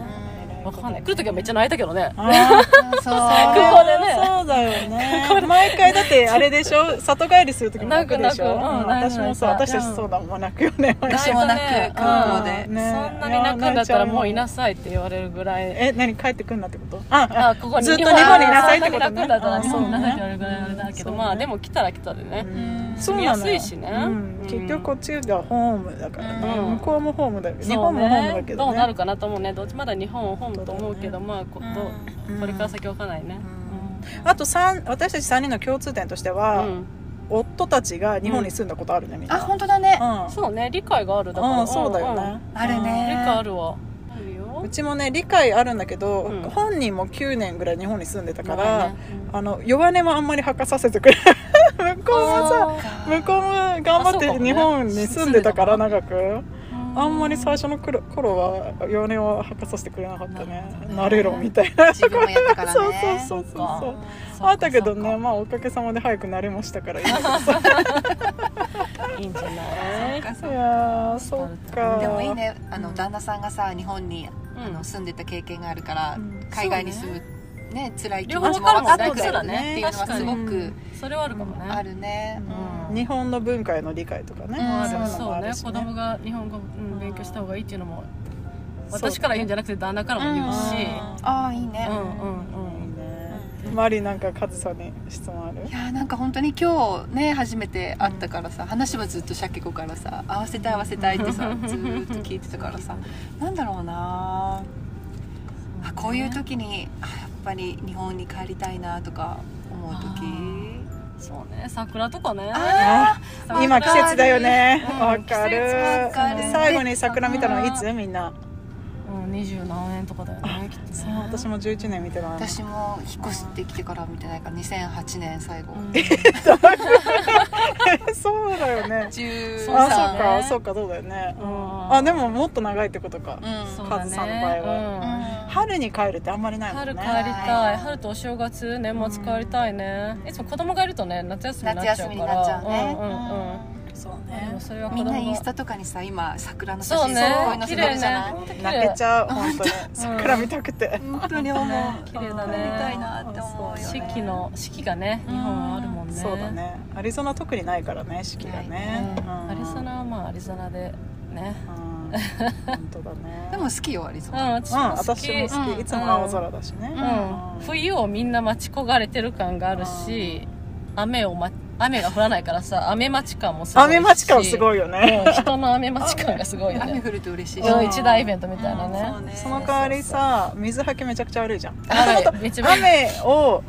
[SPEAKER 3] わかんない来るときはめっちゃ泣いたけどね
[SPEAKER 1] あー
[SPEAKER 2] そう
[SPEAKER 3] 空港でね
[SPEAKER 1] そうだよね毎回だってあれでしょ里帰りする時も泣くでしょ、
[SPEAKER 3] 泣く泣くうん
[SPEAKER 1] うん私もさ
[SPEAKER 3] 泣い
[SPEAKER 1] 私
[SPEAKER 3] た
[SPEAKER 1] たちそうだもん泣くよね毎回
[SPEAKER 2] 私も泣く
[SPEAKER 3] ね
[SPEAKER 2] 空港で
[SPEAKER 3] うん
[SPEAKER 1] ね
[SPEAKER 3] そんなに泣くんだったらもういなさいって言われるぐらい
[SPEAKER 1] え何帰ってくんなってことあ
[SPEAKER 3] あここに
[SPEAKER 1] ずっと日本にいなさいってことね
[SPEAKER 3] そんなに泣くんだったらそう
[SPEAKER 1] うん
[SPEAKER 3] いなさいって言われるぐらいだけど
[SPEAKER 1] うん
[SPEAKER 3] まあでも来たら来たで
[SPEAKER 1] あ、
[SPEAKER 3] ね
[SPEAKER 1] ん
[SPEAKER 2] そう
[SPEAKER 3] なのよ住みやすいしね
[SPEAKER 1] うん
[SPEAKER 3] うん
[SPEAKER 1] 結局こっちがホームだからね、
[SPEAKER 3] うん
[SPEAKER 1] 向こうもホームだよ
[SPEAKER 3] そう
[SPEAKER 1] 日本もホームだけど,、ね
[SPEAKER 3] うなるかなと思うねどっちまだ日本をホームと思うけどまあこ
[SPEAKER 2] うん
[SPEAKER 3] どうこれから先わかんないね
[SPEAKER 1] あと三私たち3人の共通点として
[SPEAKER 3] う
[SPEAKER 1] は、
[SPEAKER 3] ん
[SPEAKER 1] 夫たちが日本に住んだことあるねみんな
[SPEAKER 2] あ本当だね
[SPEAKER 1] うん
[SPEAKER 3] そうね理解があるだから
[SPEAKER 1] うん、そうだよ
[SPEAKER 3] ん
[SPEAKER 1] ね、
[SPEAKER 2] ある
[SPEAKER 3] うん理
[SPEAKER 2] ね
[SPEAKER 3] 解あるわある
[SPEAKER 1] う
[SPEAKER 3] よ
[SPEAKER 1] ちもね理解あるんだけど、
[SPEAKER 3] うん
[SPEAKER 1] 本人も9年ぐらい日本に住んでたか
[SPEAKER 3] 長
[SPEAKER 1] ら、
[SPEAKER 3] いね
[SPEAKER 1] あの弱音はあんまり吐かさせてくれない向こうもさ
[SPEAKER 3] そう
[SPEAKER 1] 向こうも頑張っ
[SPEAKER 3] あそうか
[SPEAKER 1] て
[SPEAKER 3] もね
[SPEAKER 1] 日本に住んでたから
[SPEAKER 3] 住
[SPEAKER 1] 長く
[SPEAKER 3] うん
[SPEAKER 1] あんまり最初の頃頃は弱音を吐かさせてくれなかったね
[SPEAKER 3] なるほどね
[SPEAKER 1] なれろみたいな
[SPEAKER 2] 自分もやったから
[SPEAKER 1] そう
[SPEAKER 2] ね
[SPEAKER 1] そうそうそうそう
[SPEAKER 3] そうか
[SPEAKER 1] あったけど
[SPEAKER 3] そ
[SPEAKER 1] ね
[SPEAKER 3] う
[SPEAKER 1] まあおかげさまで早くなれましたからいいんだけど
[SPEAKER 3] かいいんじゃない
[SPEAKER 2] そっか
[SPEAKER 1] い
[SPEAKER 2] そっか
[SPEAKER 1] やーそっか
[SPEAKER 2] でもいいねあの
[SPEAKER 1] うん
[SPEAKER 2] 旦那さんがさ日本にあ
[SPEAKER 3] う
[SPEAKER 2] の
[SPEAKER 3] ん
[SPEAKER 2] 住んでた経験があるから
[SPEAKER 1] うん
[SPEAKER 2] 海外に住むね辛い気持
[SPEAKER 3] 両
[SPEAKER 2] ち
[SPEAKER 3] 方
[SPEAKER 2] も
[SPEAKER 3] わ
[SPEAKER 2] 分
[SPEAKER 3] か
[SPEAKER 2] か
[SPEAKER 3] るも
[SPEAKER 2] っ
[SPEAKER 3] ん
[SPEAKER 2] て
[SPEAKER 3] ね
[SPEAKER 2] くれるねっていうのはすご
[SPEAKER 1] そうだ
[SPEAKER 2] く
[SPEAKER 1] ね
[SPEAKER 3] それはあるかもね
[SPEAKER 2] あるね
[SPEAKER 3] うん
[SPEAKER 1] 日本の文化への理解とかね、
[SPEAKER 2] うん
[SPEAKER 3] あ
[SPEAKER 1] そうい
[SPEAKER 3] る
[SPEAKER 1] うの
[SPEAKER 3] そ
[SPEAKER 1] もあ
[SPEAKER 3] うね
[SPEAKER 1] るし
[SPEAKER 3] 子供が日本語、うん
[SPEAKER 1] うん
[SPEAKER 3] 勉強した方がいいっていうのも
[SPEAKER 1] そう
[SPEAKER 3] 私から言うんじゃなくて旦那からも言うし、
[SPEAKER 2] ああいいね
[SPEAKER 3] うん、う
[SPEAKER 1] いい
[SPEAKER 3] んうん
[SPEAKER 1] ねマリなんかカズさんに質問ある
[SPEAKER 2] いやーなんか本当に今日ね初めて会ったからさ話はずっとシャケ子からさ合わせたい合わせたいってさずーっと聞いてたからさなんだろうなあこういう時にあやっぱり日本に帰りたいなとか思う時
[SPEAKER 3] そうね桜とかね
[SPEAKER 2] あ
[SPEAKER 1] あ今季節だよね
[SPEAKER 3] うん
[SPEAKER 1] わかる
[SPEAKER 2] 季節わかる
[SPEAKER 1] 最後に桜見たのいつみんな
[SPEAKER 3] うん二十何円とかだよねきっとね
[SPEAKER 1] そう私も11年見てない
[SPEAKER 2] 私も引っ越してきてから見てないから2008年最後、
[SPEAKER 3] うん
[SPEAKER 1] そうだよね
[SPEAKER 2] 13
[SPEAKER 3] そう
[SPEAKER 1] あ
[SPEAKER 3] だ
[SPEAKER 1] そっ
[SPEAKER 3] ね
[SPEAKER 1] かそうかそうだよね
[SPEAKER 3] うん
[SPEAKER 1] あでももっと長いってことか
[SPEAKER 2] うん
[SPEAKER 3] そう
[SPEAKER 1] カ
[SPEAKER 3] だ
[SPEAKER 1] ズ
[SPEAKER 3] ね
[SPEAKER 1] さんの場合は
[SPEAKER 3] うん
[SPEAKER 1] 春に帰るってあんまりないもん
[SPEAKER 3] 春
[SPEAKER 1] ね
[SPEAKER 3] 帰りたい春とお正月年末帰りたいね、いつも子供がいるとね夏休みにな
[SPEAKER 2] 夏
[SPEAKER 3] っちゃ
[SPEAKER 2] 休
[SPEAKER 3] う
[SPEAKER 2] み
[SPEAKER 3] か
[SPEAKER 2] に
[SPEAKER 3] ら
[SPEAKER 2] なっちゃうね、
[SPEAKER 3] うんうんうん
[SPEAKER 1] そう
[SPEAKER 3] でもそれは子
[SPEAKER 2] み
[SPEAKER 3] 供
[SPEAKER 2] んな
[SPEAKER 3] が
[SPEAKER 2] インスタとかにさ今桜の写
[SPEAKER 3] そう
[SPEAKER 2] 真す
[SPEAKER 3] ね
[SPEAKER 2] ごい載せて
[SPEAKER 3] 綺
[SPEAKER 2] る
[SPEAKER 3] 麗
[SPEAKER 2] じゃない、
[SPEAKER 3] ね本当綺麗
[SPEAKER 1] 泣けちゃう本当に桜見たくて
[SPEAKER 2] 本当に思う
[SPEAKER 3] 綺麗だね
[SPEAKER 2] 帰りたいなって思うよ、ね、
[SPEAKER 3] 四季の四季がね
[SPEAKER 2] うん
[SPEAKER 3] 日本はあるもん ね
[SPEAKER 1] そうだねアリゾナ特にないからね四季がね
[SPEAKER 3] うんアリゾ
[SPEAKER 1] ナ
[SPEAKER 3] ナはまあアリゾナでね
[SPEAKER 1] 本当だね
[SPEAKER 2] でも好きよアリゾ
[SPEAKER 3] うん
[SPEAKER 2] ナ、
[SPEAKER 3] 私
[SPEAKER 1] うん、
[SPEAKER 3] も好
[SPEAKER 1] 私
[SPEAKER 3] き
[SPEAKER 1] も好き、
[SPEAKER 2] うん
[SPEAKER 1] いつも青空だしね、
[SPEAKER 2] う
[SPEAKER 3] うん冬をみんな待ち焦がれてる感があるし雨を、ま、雨が降らないからさ雨待ち感もすごいし
[SPEAKER 1] 雨待ち感すごいよね、
[SPEAKER 3] うん人の雨待ち感がすごいよ
[SPEAKER 2] 雨
[SPEAKER 3] ね
[SPEAKER 2] 降ると嬉しいし、
[SPEAKER 1] うん
[SPEAKER 3] うん一大イベントみたいなね,、
[SPEAKER 2] うんそうね
[SPEAKER 1] その代わりさ水はけめちゃくちゃ悪いじゃん
[SPEAKER 3] あれめっちゃ
[SPEAKER 1] 雨を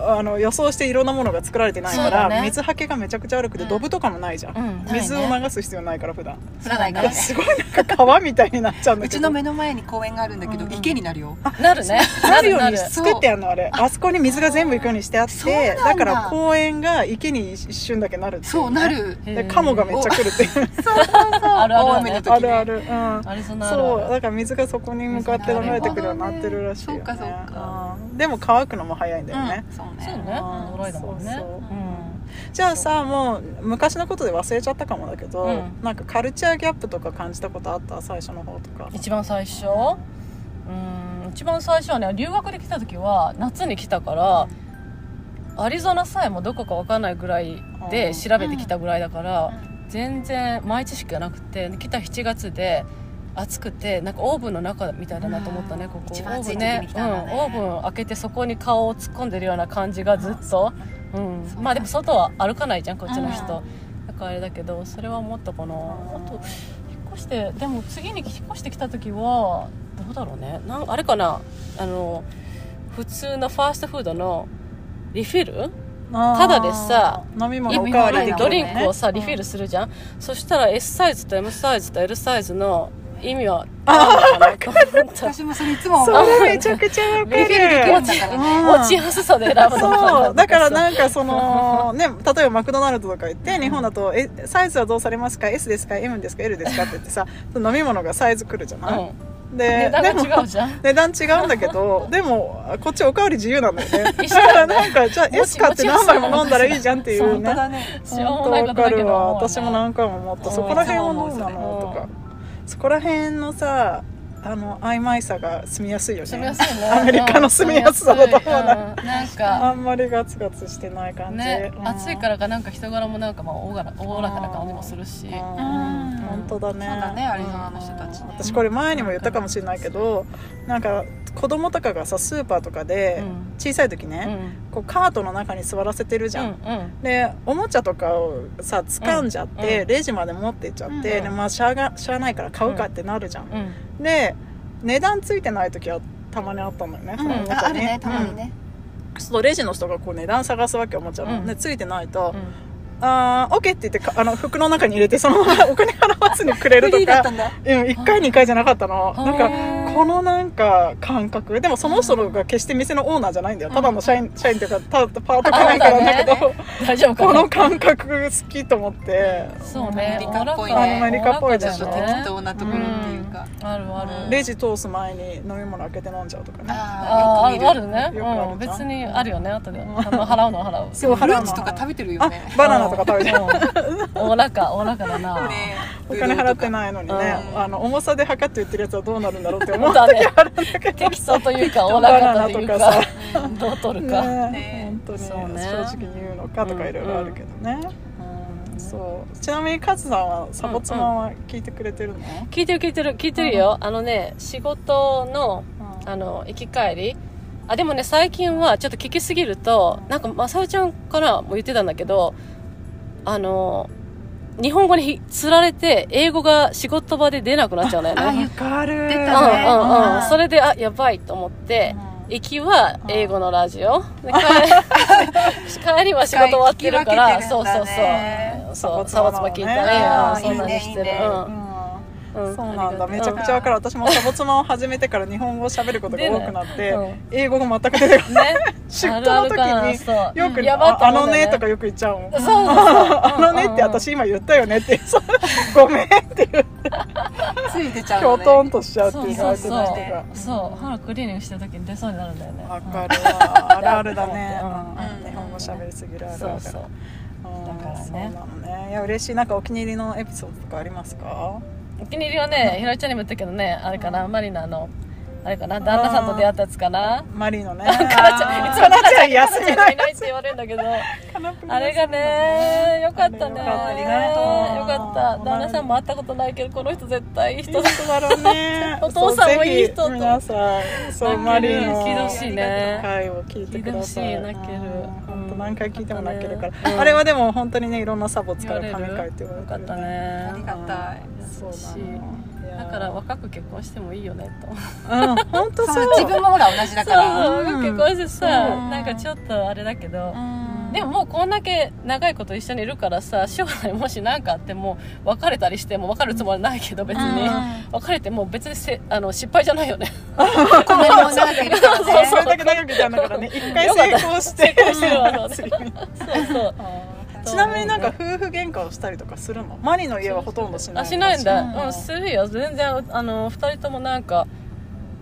[SPEAKER 1] あの予想していろんなものが作られてないか
[SPEAKER 4] そうだ
[SPEAKER 1] ら、
[SPEAKER 4] ね
[SPEAKER 1] 水はけがめちゃくちゃ悪くて
[SPEAKER 2] うん
[SPEAKER 1] ドブとかもないじゃん、
[SPEAKER 4] うん
[SPEAKER 2] ないね
[SPEAKER 1] 水を流す必要ないから普段
[SPEAKER 2] 降らないからね
[SPEAKER 1] すごいなんか川みたいになっちゃうん
[SPEAKER 2] う
[SPEAKER 1] だけ
[SPEAKER 2] ち
[SPEAKER 1] ど
[SPEAKER 2] の目の前に公園があるんだけど、
[SPEAKER 1] うん
[SPEAKER 2] 池になるよ
[SPEAKER 3] なるね
[SPEAKER 1] なるよう
[SPEAKER 3] な
[SPEAKER 1] に
[SPEAKER 3] る
[SPEAKER 2] そう
[SPEAKER 1] 作ってあるのあれあそこに水が全部行くようにしてあっ
[SPEAKER 2] そうな
[SPEAKER 1] て
[SPEAKER 2] んだ
[SPEAKER 1] だから公園が池に一瞬だけなるってい
[SPEAKER 2] そうなる
[SPEAKER 3] へ
[SPEAKER 1] でカモがめっちゃ来るっていう
[SPEAKER 2] そうそうそう
[SPEAKER 3] あるある
[SPEAKER 2] 大雨の時、ね、
[SPEAKER 1] あるあるうん
[SPEAKER 3] アリゾナある
[SPEAKER 1] そ
[SPEAKER 3] あ
[SPEAKER 1] う
[SPEAKER 3] る
[SPEAKER 1] だから水がそこに向かって流れてくるようになってるらしいよ、ね、
[SPEAKER 2] そうかそうか
[SPEAKER 1] うんでも乾くのも早いんだよね、
[SPEAKER 2] うん、そうね
[SPEAKER 3] そうね
[SPEAKER 1] うん
[SPEAKER 3] ドライだもんね
[SPEAKER 1] そうそう
[SPEAKER 3] うん
[SPEAKER 1] じゃあさもう昔のことで忘れちゃったかもだけど、
[SPEAKER 3] うん
[SPEAKER 1] なんかカルチャーギャップとか感じたことあった最初の方とか
[SPEAKER 3] 一番最初うん一番最初はね留学で来た時は夏に来たからアリゾナさえもどこかわかんないぐらい
[SPEAKER 1] うん
[SPEAKER 3] で調べてきたぐらいだから全然前知識がなくて来た7月で暑くてなんかオーブンの中みたいだなと思ったね
[SPEAKER 2] うん
[SPEAKER 3] ここ
[SPEAKER 2] 一番
[SPEAKER 3] オー
[SPEAKER 2] 暑
[SPEAKER 3] ブ
[SPEAKER 2] い時期
[SPEAKER 3] ンね
[SPEAKER 2] に来
[SPEAKER 3] う
[SPEAKER 2] た
[SPEAKER 3] ん
[SPEAKER 2] んだね
[SPEAKER 3] オーブン開けてそこに顔を突っ込んでるような感じがずっとうん
[SPEAKER 2] そう
[SPEAKER 3] まあでも外は歩かないじゃんこっちの
[SPEAKER 2] う
[SPEAKER 3] 人だからあれだけどそれは思ったかなあと引っ越してでも次に引っ越してきた時はどうだろうねなんあれかなあの普通のファーストフードのリフィル
[SPEAKER 1] た
[SPEAKER 3] ただでさ
[SPEAKER 1] 飲み物おかわりできる、ね、
[SPEAKER 3] ドリンクをさ
[SPEAKER 1] うん
[SPEAKER 3] リフィルするじゃん、そしたら S サイズと M サイズと L サイズの意味はあるのかなと思った
[SPEAKER 2] 私もそれいつも
[SPEAKER 1] そ
[SPEAKER 2] 思う
[SPEAKER 1] れめちゃくちゃわかる
[SPEAKER 2] リフィルできるんだからね
[SPEAKER 1] うん
[SPEAKER 3] 落ちやすさで選ぶのか
[SPEAKER 1] そ
[SPEAKER 3] な
[SPEAKER 1] うだからなんかそのね例えばマクドナルドとか行って日本だと「えサイズはどうされますか ?S ですか ?M ですか ?L ですか?」って言ってさ飲み物がサイズ来るじゃ
[SPEAKER 3] う
[SPEAKER 1] ない、
[SPEAKER 3] ん、
[SPEAKER 1] で
[SPEAKER 3] 値段
[SPEAKER 1] でも
[SPEAKER 3] が違うじゃん
[SPEAKER 1] 値段違うんだけ どでもこっちおかわり自由なんだよね
[SPEAKER 3] 一緒
[SPEAKER 1] だか
[SPEAKER 3] だ
[SPEAKER 1] ら
[SPEAKER 3] よね
[SPEAKER 1] なんかじゃあ
[SPEAKER 3] も
[SPEAKER 1] S
[SPEAKER 3] ち
[SPEAKER 1] かって何杯
[SPEAKER 3] もち
[SPEAKER 1] も飲んだらいいじゃんってい
[SPEAKER 2] そう
[SPEAKER 1] う
[SPEAKER 2] 本当
[SPEAKER 1] ね
[SPEAKER 2] だね
[SPEAKER 3] し
[SPEAKER 1] 本
[SPEAKER 3] ょう
[SPEAKER 1] 当
[SPEAKER 3] もない
[SPEAKER 1] わ
[SPEAKER 3] こ
[SPEAKER 1] か
[SPEAKER 3] とだけ
[SPEAKER 1] る
[SPEAKER 3] ど
[SPEAKER 1] わ私も何回も思っ
[SPEAKER 3] う
[SPEAKER 1] た
[SPEAKER 3] ん
[SPEAKER 1] そこら辺はどうなのと
[SPEAKER 3] う
[SPEAKER 1] か
[SPEAKER 3] ん
[SPEAKER 1] そこら辺のさあの曖昧さが住みやすいよ
[SPEAKER 3] 住みや
[SPEAKER 1] ね
[SPEAKER 3] すいね
[SPEAKER 1] アメリカの住みやすさだと思うな
[SPEAKER 3] うんなんか
[SPEAKER 1] あんまりガツガツしてない感じ
[SPEAKER 3] ね暑いかららかなんか人柄もなんかまあおおがらおおらかな感じもするし
[SPEAKER 2] うん
[SPEAKER 1] 本当だね
[SPEAKER 2] そうだねアリゾナの人たちね
[SPEAKER 1] 私これ前にも言ったかもしれないけどなんか子供とかがさスーパーとかで
[SPEAKER 3] うん
[SPEAKER 1] 小さい時
[SPEAKER 3] うんう
[SPEAKER 1] ね
[SPEAKER 3] ん
[SPEAKER 1] こうカートの中に座らせてるじゃん
[SPEAKER 3] うん
[SPEAKER 1] でおもちゃとかをさ掴んじゃって、
[SPEAKER 3] うんうん
[SPEAKER 1] レジまで持っていっちゃって、
[SPEAKER 2] うん
[SPEAKER 1] でまあしゃあがしゃあないから買うかってなるじゃん、
[SPEAKER 3] うん
[SPEAKER 1] で値段ついてない時はたまにあったんだよね、そのおもち
[SPEAKER 2] あ
[SPEAKER 1] ゃ
[SPEAKER 2] あるねたまに
[SPEAKER 1] うん
[SPEAKER 2] ね、
[SPEAKER 1] そうするとレジの人がこう値段探すわけおもちゃの、
[SPEAKER 3] うん
[SPEAKER 1] でついてないと
[SPEAKER 3] うん
[SPEAKER 1] 「あーオッケー」って言ってかあの服の中に入れてそのままお金払わずにくれる
[SPEAKER 2] フリ
[SPEAKER 1] と
[SPEAKER 2] ーだった
[SPEAKER 1] か
[SPEAKER 2] んだ
[SPEAKER 1] うん1回2回じゃなかったのなん
[SPEAKER 3] へ
[SPEAKER 1] か
[SPEAKER 3] ー
[SPEAKER 1] このなんか感覚でもその人が決して店のオーナーじゃないんだよただの社員社員というかただパートからいからだけど
[SPEAKER 3] あそうだ大丈夫か
[SPEAKER 1] こ
[SPEAKER 3] な
[SPEAKER 1] の感覚好きと思って、
[SPEAKER 3] そう
[SPEAKER 2] ア
[SPEAKER 3] ね
[SPEAKER 2] メリカっぽいね
[SPEAKER 3] お腹が
[SPEAKER 1] アメリカっぽいで
[SPEAKER 2] ち
[SPEAKER 1] す
[SPEAKER 2] ょっ
[SPEAKER 1] ね
[SPEAKER 2] と適当
[SPEAKER 3] お腹が
[SPEAKER 2] なところっていうか、
[SPEAKER 3] あるある
[SPEAKER 1] レジ通す前に飲み物開けて飲んじゃうとかね
[SPEAKER 2] あ
[SPEAKER 3] あ
[SPEAKER 2] ーよく見る
[SPEAKER 3] ーあるあるね
[SPEAKER 1] よくあるじゃん
[SPEAKER 3] うん別にあるよね後で払うのは払う
[SPEAKER 1] そう
[SPEAKER 2] フルー
[SPEAKER 1] の
[SPEAKER 2] ツとか食べてるよ
[SPEAKER 1] あ
[SPEAKER 2] ね
[SPEAKER 1] バナナとか食べてる
[SPEAKER 3] うんおおらかおおらかだな
[SPEAKER 2] ね
[SPEAKER 1] お金払ってないのにね、
[SPEAKER 2] うん
[SPEAKER 1] あの重さで測って言ってるやつはどうなるんだろうって思
[SPEAKER 3] 本
[SPEAKER 1] う
[SPEAKER 3] 当
[SPEAKER 1] 時
[SPEAKER 3] だね
[SPEAKER 1] あるんだけど
[SPEAKER 3] 適当というかお
[SPEAKER 1] バ
[SPEAKER 3] おら
[SPEAKER 1] ナ
[SPEAKER 3] か
[SPEAKER 1] ナ
[SPEAKER 3] とい
[SPEAKER 1] と
[SPEAKER 3] う
[SPEAKER 1] か
[SPEAKER 3] か
[SPEAKER 1] さ
[SPEAKER 3] どう取るか
[SPEAKER 1] ね
[SPEAKER 2] ね
[SPEAKER 1] 本当に正
[SPEAKER 3] そうね
[SPEAKER 1] 直に言うのかとかいろいろあるけどね、
[SPEAKER 3] うん
[SPEAKER 1] そうちなみにカズさんはサボツマンは聞いてくれてるの、
[SPEAKER 3] 聞いてる聞いてる聞いてるよあのね仕事の
[SPEAKER 1] うん
[SPEAKER 3] あの行き帰りあでもね最近はちょっと聞きすぎるとなんかまさおちゃんからも言ってたんだけどあの日本語にひつられて英語が仕事場で出なくなっちゃうのよね
[SPEAKER 2] あ言
[SPEAKER 1] わかる
[SPEAKER 2] 出
[SPEAKER 3] う
[SPEAKER 2] たね
[SPEAKER 3] んうん
[SPEAKER 2] あ
[SPEAKER 3] う
[SPEAKER 2] ー
[SPEAKER 3] んそれであやばいと思って
[SPEAKER 1] うん
[SPEAKER 3] 行きは英語のラジオで 帰帰りは仕事終わってるか
[SPEAKER 2] 使い
[SPEAKER 3] ら
[SPEAKER 2] 切り
[SPEAKER 3] そう
[SPEAKER 2] 分けてるん
[SPEAKER 3] そう
[SPEAKER 2] だね
[SPEAKER 3] そうそうサバツバ聞いた
[SPEAKER 1] あ
[SPEAKER 3] り
[SPEAKER 1] ー
[SPEAKER 3] うんそんなにし
[SPEAKER 2] い
[SPEAKER 3] て
[SPEAKER 2] いねいい
[SPEAKER 3] る
[SPEAKER 2] ね
[SPEAKER 3] うん
[SPEAKER 1] うん
[SPEAKER 3] うん
[SPEAKER 1] そうなんだ
[SPEAKER 3] あり
[SPEAKER 1] め
[SPEAKER 3] が
[SPEAKER 1] ち
[SPEAKER 3] と
[SPEAKER 1] ゃ
[SPEAKER 3] う
[SPEAKER 1] くちゃわかる私もサボツマを始めてから日本語を喋ることが多くなって、
[SPEAKER 3] うんね
[SPEAKER 1] 英語が全く出 てこない出張の時に
[SPEAKER 3] そう
[SPEAKER 1] よく、
[SPEAKER 3] やば
[SPEAKER 1] あ
[SPEAKER 3] と
[SPEAKER 1] あ
[SPEAKER 3] 思う
[SPEAKER 1] の
[SPEAKER 3] んだ
[SPEAKER 1] ね
[SPEAKER 3] よ
[SPEAKER 1] とかよく言っちゃうもん
[SPEAKER 3] そうそうそう
[SPEAKER 1] あのねって私今言ったよねってそう ごめんっていう
[SPEAKER 2] つい出ちゃう
[SPEAKER 1] きょ
[SPEAKER 2] の
[SPEAKER 1] うと
[SPEAKER 2] ね
[SPEAKER 1] んとしちゃうって
[SPEAKER 3] そう
[SPEAKER 1] いう
[SPEAKER 3] そう
[SPEAKER 1] 相
[SPEAKER 3] そ
[SPEAKER 1] 手
[SPEAKER 3] う
[SPEAKER 1] の人が
[SPEAKER 3] そう歯クリーニングしてる時に出そうになるんだよね
[SPEAKER 1] わかるわあるあるだね、
[SPEAKER 2] うん
[SPEAKER 1] うん日本語喋りすぎるあるある
[SPEAKER 3] そうそう
[SPEAKER 1] うん
[SPEAKER 3] だからね
[SPEAKER 1] そうなのねいや嬉しいなんかお気に入りのエピソードとかありますか
[SPEAKER 3] お気に入りはねひろりちゃんにも言ったけどねあれかなマリナのあれかな旦那さんと出会ったやつかな
[SPEAKER 1] マリーのね
[SPEAKER 3] かなちゃんいつもか
[SPEAKER 1] かな
[SPEAKER 3] な
[SPEAKER 1] ち
[SPEAKER 3] ち
[SPEAKER 1] ゃ
[SPEAKER 3] ゃ
[SPEAKER 1] ん
[SPEAKER 3] ん
[SPEAKER 1] 休み
[SPEAKER 3] かなちゃん
[SPEAKER 1] な
[SPEAKER 3] が
[SPEAKER 1] い
[SPEAKER 3] いないって言われるんだけど
[SPEAKER 1] かなぷり
[SPEAKER 3] あれがねよかっ
[SPEAKER 1] あれよかった
[SPEAKER 3] たね
[SPEAKER 1] ね
[SPEAKER 3] よかった旦那さんも会ったことないけどこの人絶対いい
[SPEAKER 1] いい
[SPEAKER 3] 人
[SPEAKER 1] 人
[SPEAKER 3] だ
[SPEAKER 1] だろうね
[SPEAKER 3] お父さんもいい人と
[SPEAKER 1] そうぜひ皆さんそうマ
[SPEAKER 3] 泣
[SPEAKER 1] リー
[SPEAKER 3] ける
[SPEAKER 1] の
[SPEAKER 3] 聞いてほしいね
[SPEAKER 1] 回を聞いてください
[SPEAKER 3] 聞いてほしい泣ける
[SPEAKER 1] 本
[SPEAKER 3] う
[SPEAKER 1] 当
[SPEAKER 3] ん
[SPEAKER 1] 何回聞いても泣けるから、
[SPEAKER 3] よかったね
[SPEAKER 1] あれはでも本当にねいろんなサボ使う
[SPEAKER 3] 言
[SPEAKER 1] 神
[SPEAKER 3] われる
[SPEAKER 1] 回って言われ
[SPEAKER 3] よ
[SPEAKER 1] て
[SPEAKER 3] か
[SPEAKER 1] る
[SPEAKER 3] った
[SPEAKER 2] あり
[SPEAKER 3] ね
[SPEAKER 2] がたい
[SPEAKER 1] そうな
[SPEAKER 3] 優しい
[SPEAKER 1] のいや
[SPEAKER 3] だから若く結婚してもいいよねと
[SPEAKER 1] うん本当
[SPEAKER 2] そう
[SPEAKER 1] そう
[SPEAKER 2] 自分もほら同じだから
[SPEAKER 3] そう
[SPEAKER 1] うん
[SPEAKER 3] 結婚してさ、
[SPEAKER 2] うん
[SPEAKER 3] なんかちょっとあれだけど、
[SPEAKER 2] うん
[SPEAKER 3] でももうこんだけ長いこと一緒にいるからさ将来もし何かあっても別れたりしても別れるつもりないけど別に、
[SPEAKER 2] う
[SPEAKER 3] 別れても別にせあの失敗じゃないよね
[SPEAKER 2] 子供 も長くいるからね
[SPEAKER 1] そうそれだけ長くいたんだからね一回成功して
[SPEAKER 3] よかった成功してるわそうそうそう
[SPEAKER 1] ちなみになんか夫婦喧嘩をしたりとかするのマリの家はほとんどしない
[SPEAKER 3] あしないんだ、
[SPEAKER 2] うん
[SPEAKER 3] うん、するよ全然あの2人ともなんか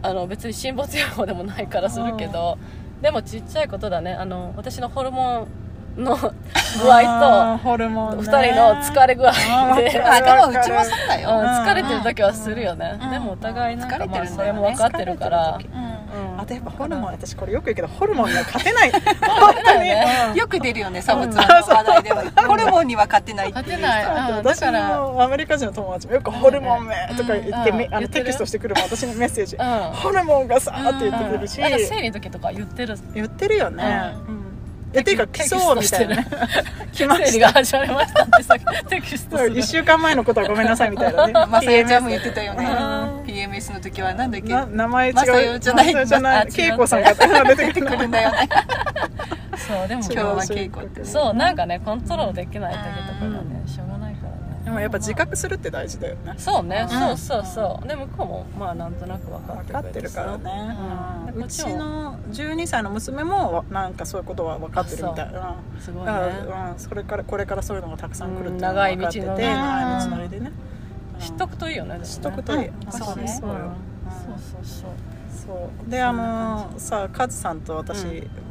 [SPEAKER 3] あの別に辛抱強い方でもないからするけど、でもちっちゃいことだねあの私のホルモンの具合
[SPEAKER 1] とホルモ
[SPEAKER 3] と
[SPEAKER 1] ン、
[SPEAKER 3] 2
[SPEAKER 1] ね、
[SPEAKER 3] 人の疲れ具合で、
[SPEAKER 1] あ
[SPEAKER 2] あでもうちもそうだ
[SPEAKER 3] うん、
[SPEAKER 2] よ
[SPEAKER 3] 疲れてる時はするよね、
[SPEAKER 2] うん
[SPEAKER 3] でもお互いなんか、
[SPEAKER 2] 疲れて
[SPEAKER 3] ま
[SPEAKER 2] る
[SPEAKER 3] あ、
[SPEAKER 2] ん
[SPEAKER 3] そ
[SPEAKER 2] だよ
[SPEAKER 3] れ
[SPEAKER 2] ね
[SPEAKER 3] も分かってるから、うん
[SPEAKER 1] あとやっぱホルモン私これよく言うけどホルモンには勝て ない本当に、
[SPEAKER 2] うん
[SPEAKER 1] うん
[SPEAKER 2] よく出るよねサブツアーの話題ではホルモンには勝てないってい
[SPEAKER 3] 勝
[SPEAKER 2] う
[SPEAKER 3] てない、うん、だ
[SPEAKER 1] 私
[SPEAKER 3] から、
[SPEAKER 1] のアメリカ人の友達もよくホルモンめとか言って、
[SPEAKER 3] うん
[SPEAKER 1] めあ
[SPEAKER 3] 言
[SPEAKER 1] の
[SPEAKER 3] って
[SPEAKER 1] テ
[SPEAKER 3] る
[SPEAKER 1] キストしてくるもん私にメッセージ、
[SPEAKER 3] うん
[SPEAKER 1] ホルモンがさーって言ってくるし、
[SPEAKER 3] なんか生理の時とか言ってる
[SPEAKER 1] 言ってるよね、
[SPEAKER 3] う
[SPEAKER 1] えていうか来そうみたいなね 来ま
[SPEAKER 3] 生理
[SPEAKER 1] し
[SPEAKER 3] が
[SPEAKER 1] た
[SPEAKER 3] 始まりましたってさテキストする
[SPEAKER 1] 1週間前のことはごめんなさいみたいなね
[SPEAKER 2] まさやちゃんも言ってたよね
[SPEAKER 1] うん
[SPEAKER 2] PMS の時はなんだっけ
[SPEAKER 1] な名前違う
[SPEAKER 2] マサヨじゃない
[SPEAKER 1] マサヨじゃない
[SPEAKER 3] あ違う
[SPEAKER 1] 恵子さんが出てく
[SPEAKER 2] 出て
[SPEAKER 1] る
[SPEAKER 2] く るんだよね
[SPEAKER 3] そうでも
[SPEAKER 1] 違う
[SPEAKER 2] 今日は恵子って
[SPEAKER 3] そうなんかねコントロールできない時とかがねしょうがないからね
[SPEAKER 1] でもやっぱ自覚するって大事だよね
[SPEAKER 3] そうね、
[SPEAKER 2] うん
[SPEAKER 3] そうそうそうで向こうもまあなんとなく分かって
[SPEAKER 1] 分かってるからね
[SPEAKER 3] うん、
[SPEAKER 1] うちの12歳の娘もなんかそういうことは分かってるみたいな
[SPEAKER 3] すごい
[SPEAKER 1] だ
[SPEAKER 3] ね
[SPEAKER 1] から、うん、それからこれからそういうのがたくさん来るっていうのが
[SPEAKER 3] 長い
[SPEAKER 1] 分かってて
[SPEAKER 3] 道のね
[SPEAKER 1] 長い道のりでねうん
[SPEAKER 3] 知っとくといいよねでもね
[SPEAKER 1] 知っとくといい、
[SPEAKER 2] うん
[SPEAKER 1] そうねそ
[SPEAKER 3] そう
[SPEAKER 1] うよ
[SPEAKER 3] よそうそうそう
[SPEAKER 1] そうであのさあカズさんと私、
[SPEAKER 3] う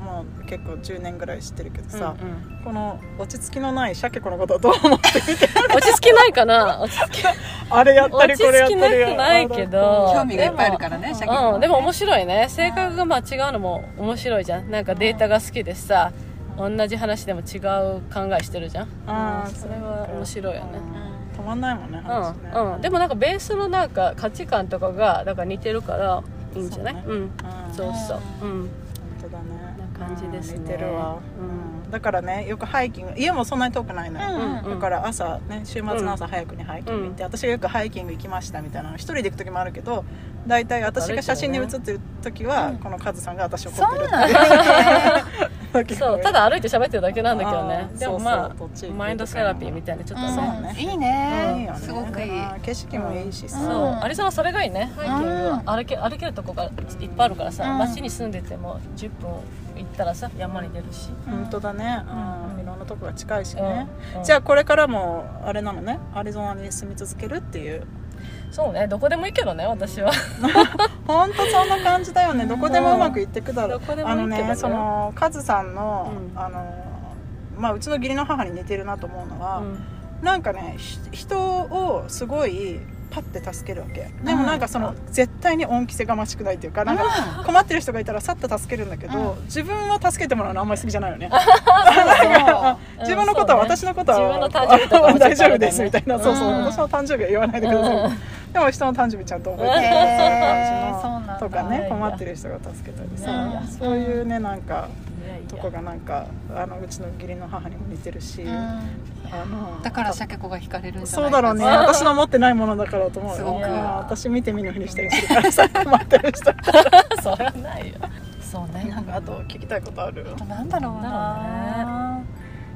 [SPEAKER 1] もう結構10年ぐらい知ってるけどさ、
[SPEAKER 3] うんうん
[SPEAKER 1] この落ち着きのないシャケ子のことはどう 思って見て
[SPEAKER 3] 落ち着きないかな落ち着き
[SPEAKER 1] あれやったりこれやったり
[SPEAKER 3] 落ち着きなくないけど
[SPEAKER 2] 興味がいっぱいあるからねシャキ君は
[SPEAKER 3] うん、でも面白いね性格がまあ違うのも面白いじゃんなんかデータが好きでさ同じ話でも違う考えしてるじゃん
[SPEAKER 1] あー
[SPEAKER 3] それは面白いよね
[SPEAKER 1] うん止まんないもんね話ね、
[SPEAKER 3] うんうん、でもなんかベースのなんか価値観とかがだから似てるからいいんじゃない
[SPEAKER 1] そう
[SPEAKER 3] う,、
[SPEAKER 1] ね
[SPEAKER 3] ん
[SPEAKER 1] うん
[SPEAKER 3] そうそううん
[SPEAKER 1] 本当だね
[SPEAKER 3] な感じですね
[SPEAKER 1] うん似てるわ、
[SPEAKER 3] うん
[SPEAKER 1] うんだからねよくハイキング家もそんなに遠くないのよ、
[SPEAKER 3] うん
[SPEAKER 1] だから朝ね週末の朝早くにハイキング行って、私がよくハイキング行きましたみたいなの一人で行く時もあるけど大体私が写真に写ってる時は、このカズさんが私を撮ってるっていう時が
[SPEAKER 3] そうただ歩いて喋ってるだけなんだけどね
[SPEAKER 1] あー
[SPEAKER 3] でもまあ
[SPEAKER 1] そうそうどっち行くとかも
[SPEAKER 3] マインドセラピーみたいなちょっと
[SPEAKER 1] そう
[SPEAKER 3] ね、
[SPEAKER 1] ね
[SPEAKER 2] いい
[SPEAKER 1] いい
[SPEAKER 2] ね
[SPEAKER 1] よね
[SPEAKER 2] すごくいい
[SPEAKER 1] あー景色もいいしさ、
[SPEAKER 2] ん
[SPEAKER 3] そう
[SPEAKER 2] うん
[SPEAKER 3] アリさんはそれがいいねハイキングは
[SPEAKER 2] う
[SPEAKER 3] 歩け歩けるとこがいっぱいあるからさ、
[SPEAKER 2] うん
[SPEAKER 3] 街に住んでても10分行ったらさ山に出るし、
[SPEAKER 1] 本当だね、うん、いろんなとこが近いしね、
[SPEAKER 3] うん
[SPEAKER 1] じゃあこれからもあれなのねアリゾナに住み続けるっていう
[SPEAKER 3] そうねどこでもいいけどね私は
[SPEAKER 1] 本当そんな感じだよねどこでもうまくいってくだろう
[SPEAKER 3] どこでもい
[SPEAKER 1] あ
[SPEAKER 3] いけ
[SPEAKER 1] の
[SPEAKER 3] どね
[SPEAKER 1] ねそのカズさんの、
[SPEAKER 3] うん
[SPEAKER 1] あのまあうちの義理の母に似てるなと思うのは、
[SPEAKER 3] うん
[SPEAKER 1] なんかねひ人をすごいパッて助けるわけでもなんかその、絶対に恩着せがましくないっていうかなんか困ってる人がいたらさっと助けるんだけど、自分は助けてもらうのあんまり好きじゃないよね
[SPEAKER 2] そ
[SPEAKER 1] 自分のことは、
[SPEAKER 3] うん
[SPEAKER 1] 私のことは
[SPEAKER 3] 自分の誕生日とかも
[SPEAKER 1] 大丈夫ですみたいな、
[SPEAKER 3] うん
[SPEAKER 1] そうそう私の誕生日は言わないでください、でも人の誕生日ちゃんと覚えてる、
[SPEAKER 2] へー
[SPEAKER 1] そう
[SPEAKER 2] そうなんだ
[SPEAKER 1] とかね
[SPEAKER 3] うん
[SPEAKER 1] 困ってる人が助けたりさ、
[SPEAKER 3] いやいや
[SPEAKER 1] そういうねなんか
[SPEAKER 3] いやいや
[SPEAKER 1] とこがなんかあのうちの義理の母にも似てるし、
[SPEAKER 2] ううん
[SPEAKER 1] あの
[SPEAKER 2] だからシャケ子が惹かれるんじゃ
[SPEAKER 1] そ
[SPEAKER 2] な
[SPEAKER 1] う
[SPEAKER 2] い
[SPEAKER 1] だろうね
[SPEAKER 3] そう
[SPEAKER 1] 私の持ってないものだからと思う
[SPEAKER 2] す
[SPEAKER 1] よ
[SPEAKER 2] ご
[SPEAKER 3] く
[SPEAKER 1] まあ私見て見ぬふりしたりするからさ困ってる人
[SPEAKER 3] それはないよそうね
[SPEAKER 1] なんかあと聞きたいことある
[SPEAKER 2] あとなんだろう
[SPEAKER 3] な
[SPEAKER 2] な日本に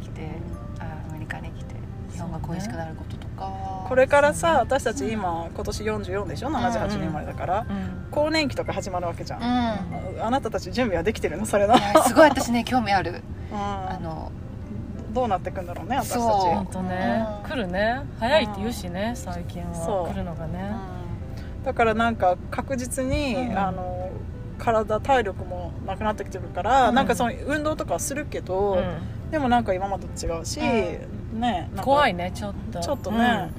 [SPEAKER 2] 来てあアメリカに来て日本が恋しくなることとか
[SPEAKER 1] これからさ私たち今今年44でしょ78年生まれだから、
[SPEAKER 3] うん
[SPEAKER 1] 更年期とか始まるわけじゃん
[SPEAKER 2] うんい、や
[SPEAKER 1] あなたたち準備はできてるのそ れの、
[SPEAKER 2] すごい私ね興味あるあ
[SPEAKER 1] あの
[SPEAKER 2] の
[SPEAKER 1] どうなってくんだろうね私たち
[SPEAKER 2] そう
[SPEAKER 3] 本当ね
[SPEAKER 2] うん
[SPEAKER 3] 来るね早いって言うしね最近
[SPEAKER 1] そ
[SPEAKER 3] は
[SPEAKER 1] う
[SPEAKER 3] 来るのがね
[SPEAKER 1] うんだからなんか確実に、
[SPEAKER 3] うん
[SPEAKER 1] あの体体力もなくなってきてるから、
[SPEAKER 3] うん
[SPEAKER 1] なんかその運動とかはするけど、
[SPEAKER 3] うん
[SPEAKER 1] でもなんか今までと違うし、ね
[SPEAKER 3] 怖
[SPEAKER 1] い
[SPEAKER 3] いねちょっと
[SPEAKER 1] ちょっとね、
[SPEAKER 3] う
[SPEAKER 1] う
[SPEAKER 3] んうんん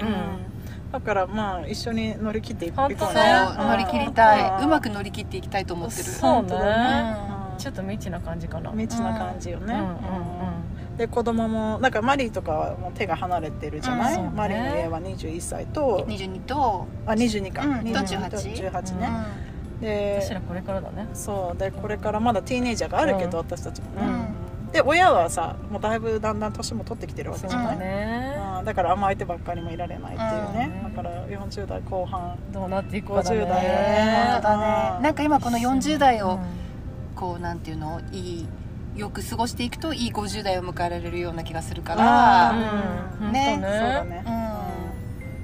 [SPEAKER 1] だからまあ一緒に乗り切っていこうね
[SPEAKER 3] 本当
[SPEAKER 2] そう
[SPEAKER 3] ね
[SPEAKER 2] 乗り切りた
[SPEAKER 1] ん
[SPEAKER 2] いうまく乗り切っていきたいと思ってる
[SPEAKER 3] そう
[SPEAKER 1] 本当だねうん
[SPEAKER 3] ちょっと未知な感じかな
[SPEAKER 1] 未知な感じよね、
[SPEAKER 3] うんうん
[SPEAKER 1] で子供もなんかマリーとかはもう手が離れてるじゃない、
[SPEAKER 3] うんそうね
[SPEAKER 1] マリーの家は21歳と
[SPEAKER 2] 22と
[SPEAKER 1] あ22か、
[SPEAKER 2] うん
[SPEAKER 1] 22
[SPEAKER 2] と18
[SPEAKER 1] 18
[SPEAKER 2] う
[SPEAKER 1] ね、
[SPEAKER 2] ん
[SPEAKER 3] うん
[SPEAKER 1] で
[SPEAKER 3] 私らこれからだね
[SPEAKER 1] そうでこれからまだティーネイジャーがあるけど、私たちも
[SPEAKER 3] う
[SPEAKER 1] ね、で親はさもうだいぶだんだん年も取ってきてるわけじ
[SPEAKER 3] そう
[SPEAKER 1] ゃない、
[SPEAKER 3] だね
[SPEAKER 1] ああーだから甘えてばっかりもいられないっていうね、
[SPEAKER 3] うん
[SPEAKER 1] だから40代後半
[SPEAKER 3] どうなっていくかだね
[SPEAKER 1] 50代
[SPEAKER 2] 本当
[SPEAKER 1] ね
[SPEAKER 2] だ
[SPEAKER 1] う
[SPEAKER 2] ね
[SPEAKER 1] ん
[SPEAKER 2] なんか今この40代
[SPEAKER 3] うん
[SPEAKER 2] をこうなんていうのいいよく過ごしていくといい50代を迎えられるような気がするか
[SPEAKER 1] う
[SPEAKER 2] ら、
[SPEAKER 1] ん
[SPEAKER 3] うん
[SPEAKER 2] ね
[SPEAKER 3] 本当
[SPEAKER 1] そうだ
[SPEAKER 3] ね
[SPEAKER 1] ね
[SPEAKER 2] う、
[SPEAKER 1] うん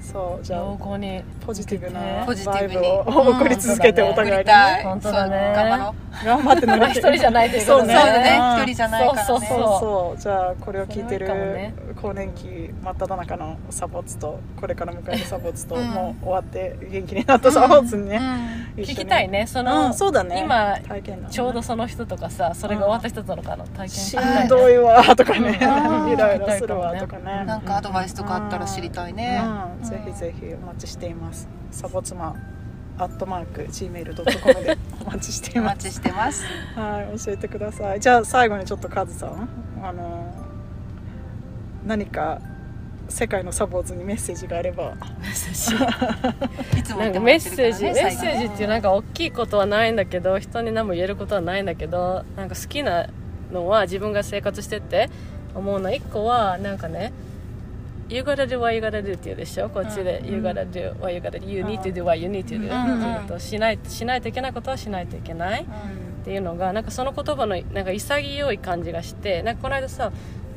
[SPEAKER 1] そうじゃ
[SPEAKER 3] 老
[SPEAKER 1] あ
[SPEAKER 3] 後に
[SPEAKER 1] ポジティブな
[SPEAKER 3] ポ
[SPEAKER 1] バ
[SPEAKER 2] ジティ
[SPEAKER 1] イ
[SPEAKER 2] ブ
[SPEAKER 1] ブ
[SPEAKER 2] に
[SPEAKER 1] を
[SPEAKER 2] うん
[SPEAKER 1] 送り続けてお
[SPEAKER 2] 送
[SPEAKER 1] 互いに
[SPEAKER 2] り
[SPEAKER 1] ね
[SPEAKER 2] たい
[SPEAKER 3] 本当
[SPEAKER 2] そう
[SPEAKER 3] だ
[SPEAKER 2] 頑
[SPEAKER 3] ね
[SPEAKER 2] 張ろう
[SPEAKER 1] 頑張って乗り
[SPEAKER 3] 一人じゃないということ
[SPEAKER 2] そう
[SPEAKER 1] ね
[SPEAKER 2] だね
[SPEAKER 1] うん
[SPEAKER 2] 一人じゃないからね
[SPEAKER 3] そうそう
[SPEAKER 1] そうそうじゃあこれを聞いてる
[SPEAKER 3] それはいいか
[SPEAKER 1] 更年期真っ只中のサボツとこれから迎えるサボツと、
[SPEAKER 2] うん
[SPEAKER 1] もう終わって元気になったサボツにね、
[SPEAKER 2] う
[SPEAKER 1] 一緒に
[SPEAKER 3] 聞きたいねそ
[SPEAKER 1] うん
[SPEAKER 3] の
[SPEAKER 1] そうだね
[SPEAKER 3] 今
[SPEAKER 1] 体験談
[SPEAKER 3] ちょうどその人とかさそれが終わった人とのかの体験
[SPEAKER 1] し
[SPEAKER 3] し
[SPEAKER 1] んどいわとかね
[SPEAKER 2] うん、
[SPEAKER 1] イライラするわとか
[SPEAKER 3] うん
[SPEAKER 2] な
[SPEAKER 1] ね、
[SPEAKER 2] んかアドバイスとかあったら知りたいね、
[SPEAKER 1] うんぜひぜひお待ちしていますサボ妻アットマーク gmail.com でお待ちしてい
[SPEAKER 2] お
[SPEAKER 1] ます
[SPEAKER 2] 待ちしてます
[SPEAKER 1] はい教えてくださいじゃあ最後にちょっとカズさんあの何か世界のサボーズにメッセージがあれば
[SPEAKER 2] いつも
[SPEAKER 3] な
[SPEAKER 2] 言
[SPEAKER 3] ん
[SPEAKER 2] っ
[SPEAKER 3] か
[SPEAKER 2] ても
[SPEAKER 3] メ
[SPEAKER 2] ら
[SPEAKER 3] ッ
[SPEAKER 2] ってる
[SPEAKER 3] セージ、
[SPEAKER 2] からね
[SPEAKER 3] メッセージっていうなんか大きいことはないんだけど人に何も言えることはないんだけどなんか好きなのは自分が生活してって思うの一個はなんかね「You gotta do what you gotta do」って言うでしょこっちで
[SPEAKER 1] うん
[SPEAKER 3] 「You gotta do what you gotta do you need to do what you need to do」
[SPEAKER 2] うん
[SPEAKER 3] っていうとしないしないといけないことはしないといけないっていうのがなんかその言葉のなんか潔い感じがしてなんかこの間さ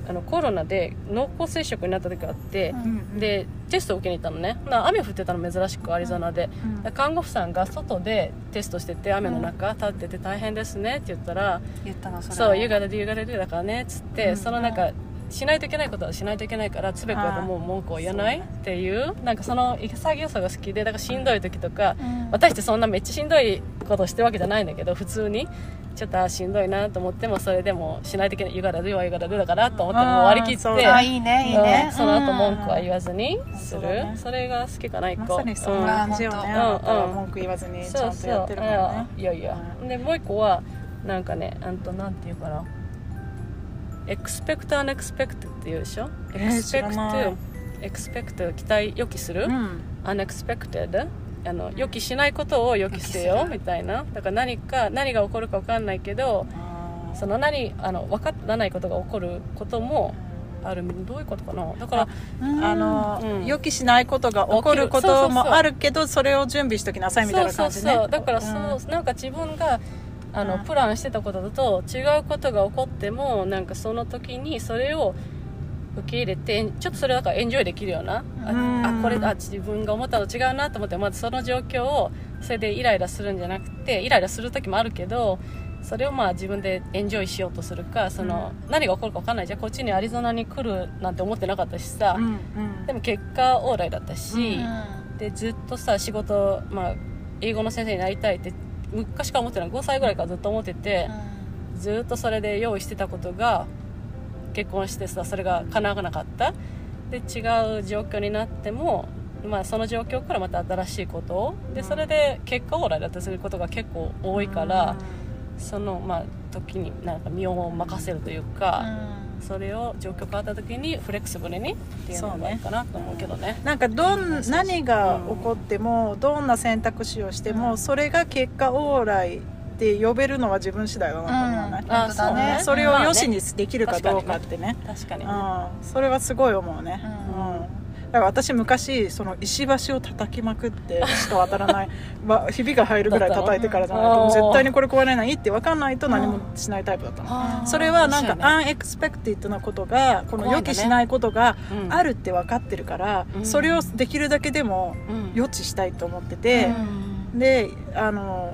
[SPEAKER 3] あのコロナで濃厚接触になった時があって、でテストを受けに行ったのねほな雨降ってたの珍しくアリゾナで、だから看護婦さんが外でテストしてて雨の中立ってて大変ですねって言ったら「
[SPEAKER 2] 言ったのそれ
[SPEAKER 3] そう、湯
[SPEAKER 2] が
[SPEAKER 3] がで湯がでだからね」っつって、
[SPEAKER 1] うん
[SPEAKER 3] その中しないといけないことはしないといけないからつべこべもう文句を言わないっていうなんかその潔さが好きでだからしんどい時とか、私ってそんなめっちゃしんどいことしてるわけじゃないんだけど普通にちょっとあーしんどいなと思ってもそれでもしないといけない湯がで湯がでだからと思ってもう割り切って
[SPEAKER 1] あーそう
[SPEAKER 2] あいいねいいね、
[SPEAKER 3] うんその後文句は言わずにす
[SPEAKER 1] そ
[SPEAKER 3] る、
[SPEAKER 1] うだね
[SPEAKER 3] それが好きかな一
[SPEAKER 1] ま
[SPEAKER 3] 個
[SPEAKER 1] さにそ
[SPEAKER 3] うんん
[SPEAKER 1] な感じよね、
[SPEAKER 2] うん
[SPEAKER 1] あなたは文句言わずにち
[SPEAKER 3] そ
[SPEAKER 1] ゃ
[SPEAKER 3] うん
[SPEAKER 1] と
[SPEAKER 3] そ
[SPEAKER 1] やっ
[SPEAKER 3] う
[SPEAKER 1] てるからね
[SPEAKER 3] うんいやいやでもう一個はなんかねあんとなんていうかなエクスペクトアンエクスペクトっていうでしょエ
[SPEAKER 1] え
[SPEAKER 3] ク
[SPEAKER 1] ー
[SPEAKER 3] ス
[SPEAKER 1] 知
[SPEAKER 3] ペ
[SPEAKER 1] ら
[SPEAKER 3] ク
[SPEAKER 1] ない
[SPEAKER 3] トエクスペクト期待予期する、
[SPEAKER 1] うん
[SPEAKER 3] アンエクスペクテッドあの予期しないことを予期せ
[SPEAKER 2] 予期
[SPEAKER 3] よ
[SPEAKER 2] する
[SPEAKER 3] みたいなだから何か何が起こるか分かんないけど
[SPEAKER 1] あー
[SPEAKER 3] その何あの分からないことが起こることもあるどういうことかなだから
[SPEAKER 1] あの、
[SPEAKER 3] うん
[SPEAKER 1] 予期しないことが起こることもあるけどそれを準備しときなさいみたいな
[SPEAKER 3] そ
[SPEAKER 1] 感
[SPEAKER 3] う
[SPEAKER 1] じ
[SPEAKER 3] そう
[SPEAKER 1] ね
[SPEAKER 3] そうだからそう、なんか自分があの、
[SPEAKER 1] うん
[SPEAKER 3] プランしてたことだと違うことが起こってもなんかその時にそれを受け入れてちょっとそれだからエンジョイできるような、
[SPEAKER 1] うん
[SPEAKER 3] ああこれあ自分が思ったの違うなと思ってまずその状況をそれでイライラするんじゃなくてイライラする時もあるけどそれをまあ自分でエンジョイしようとするかその、何が起こるか分かんないじゃんこっちにアリゾナに来るなんて思ってなかったしさ、
[SPEAKER 1] うんうん
[SPEAKER 3] でも結果オーライだったし、
[SPEAKER 1] うん
[SPEAKER 3] でずっとさ仕事、まあ、英語の先生になりたいって昔から思ってない5歳ぐらいからずっと思ってて、ずっとそれで用意してたことが結婚してさそれが叶わなかったで違う状況になっても、まあ、その状況からまた新しいことをでそれで結果オーライだったりすることが結構多いから、その、まあ、時になんか身を任せるというか、それを状況変わった時にフレキシブルにっていうのがいいかなと思うけどね。
[SPEAKER 1] なんかどん何が起こってもどんな選択肢をしてもそれが結果オーライって呼べるのは自分次第だなと思わない、
[SPEAKER 2] うん
[SPEAKER 3] あそう
[SPEAKER 2] うん
[SPEAKER 3] ね
[SPEAKER 1] それを良し
[SPEAKER 3] ま
[SPEAKER 1] にできるかどうかってね
[SPEAKER 3] あね確かに
[SPEAKER 1] うん、それはすごい思うね、
[SPEAKER 2] うん
[SPEAKER 1] うんだから私昔その石橋を叩きまくってしか渡らない まあひびが入るぐらい叩いてからじゃない
[SPEAKER 3] だ
[SPEAKER 1] と
[SPEAKER 3] ったの
[SPEAKER 1] もう絶対にこれ壊れないって分かんないと何もしないタイプだったの、
[SPEAKER 3] あー
[SPEAKER 1] それはなん
[SPEAKER 3] そ
[SPEAKER 1] か
[SPEAKER 3] うね
[SPEAKER 1] アンエクスペクティッドなことがこの
[SPEAKER 3] 怖い
[SPEAKER 1] 予
[SPEAKER 3] んだ
[SPEAKER 1] 期
[SPEAKER 3] ね
[SPEAKER 1] しないことが
[SPEAKER 3] うん
[SPEAKER 1] あるって分かってるから、
[SPEAKER 3] うん
[SPEAKER 1] それをできるだけでも
[SPEAKER 3] うん
[SPEAKER 1] 予知したいと思ってて、であの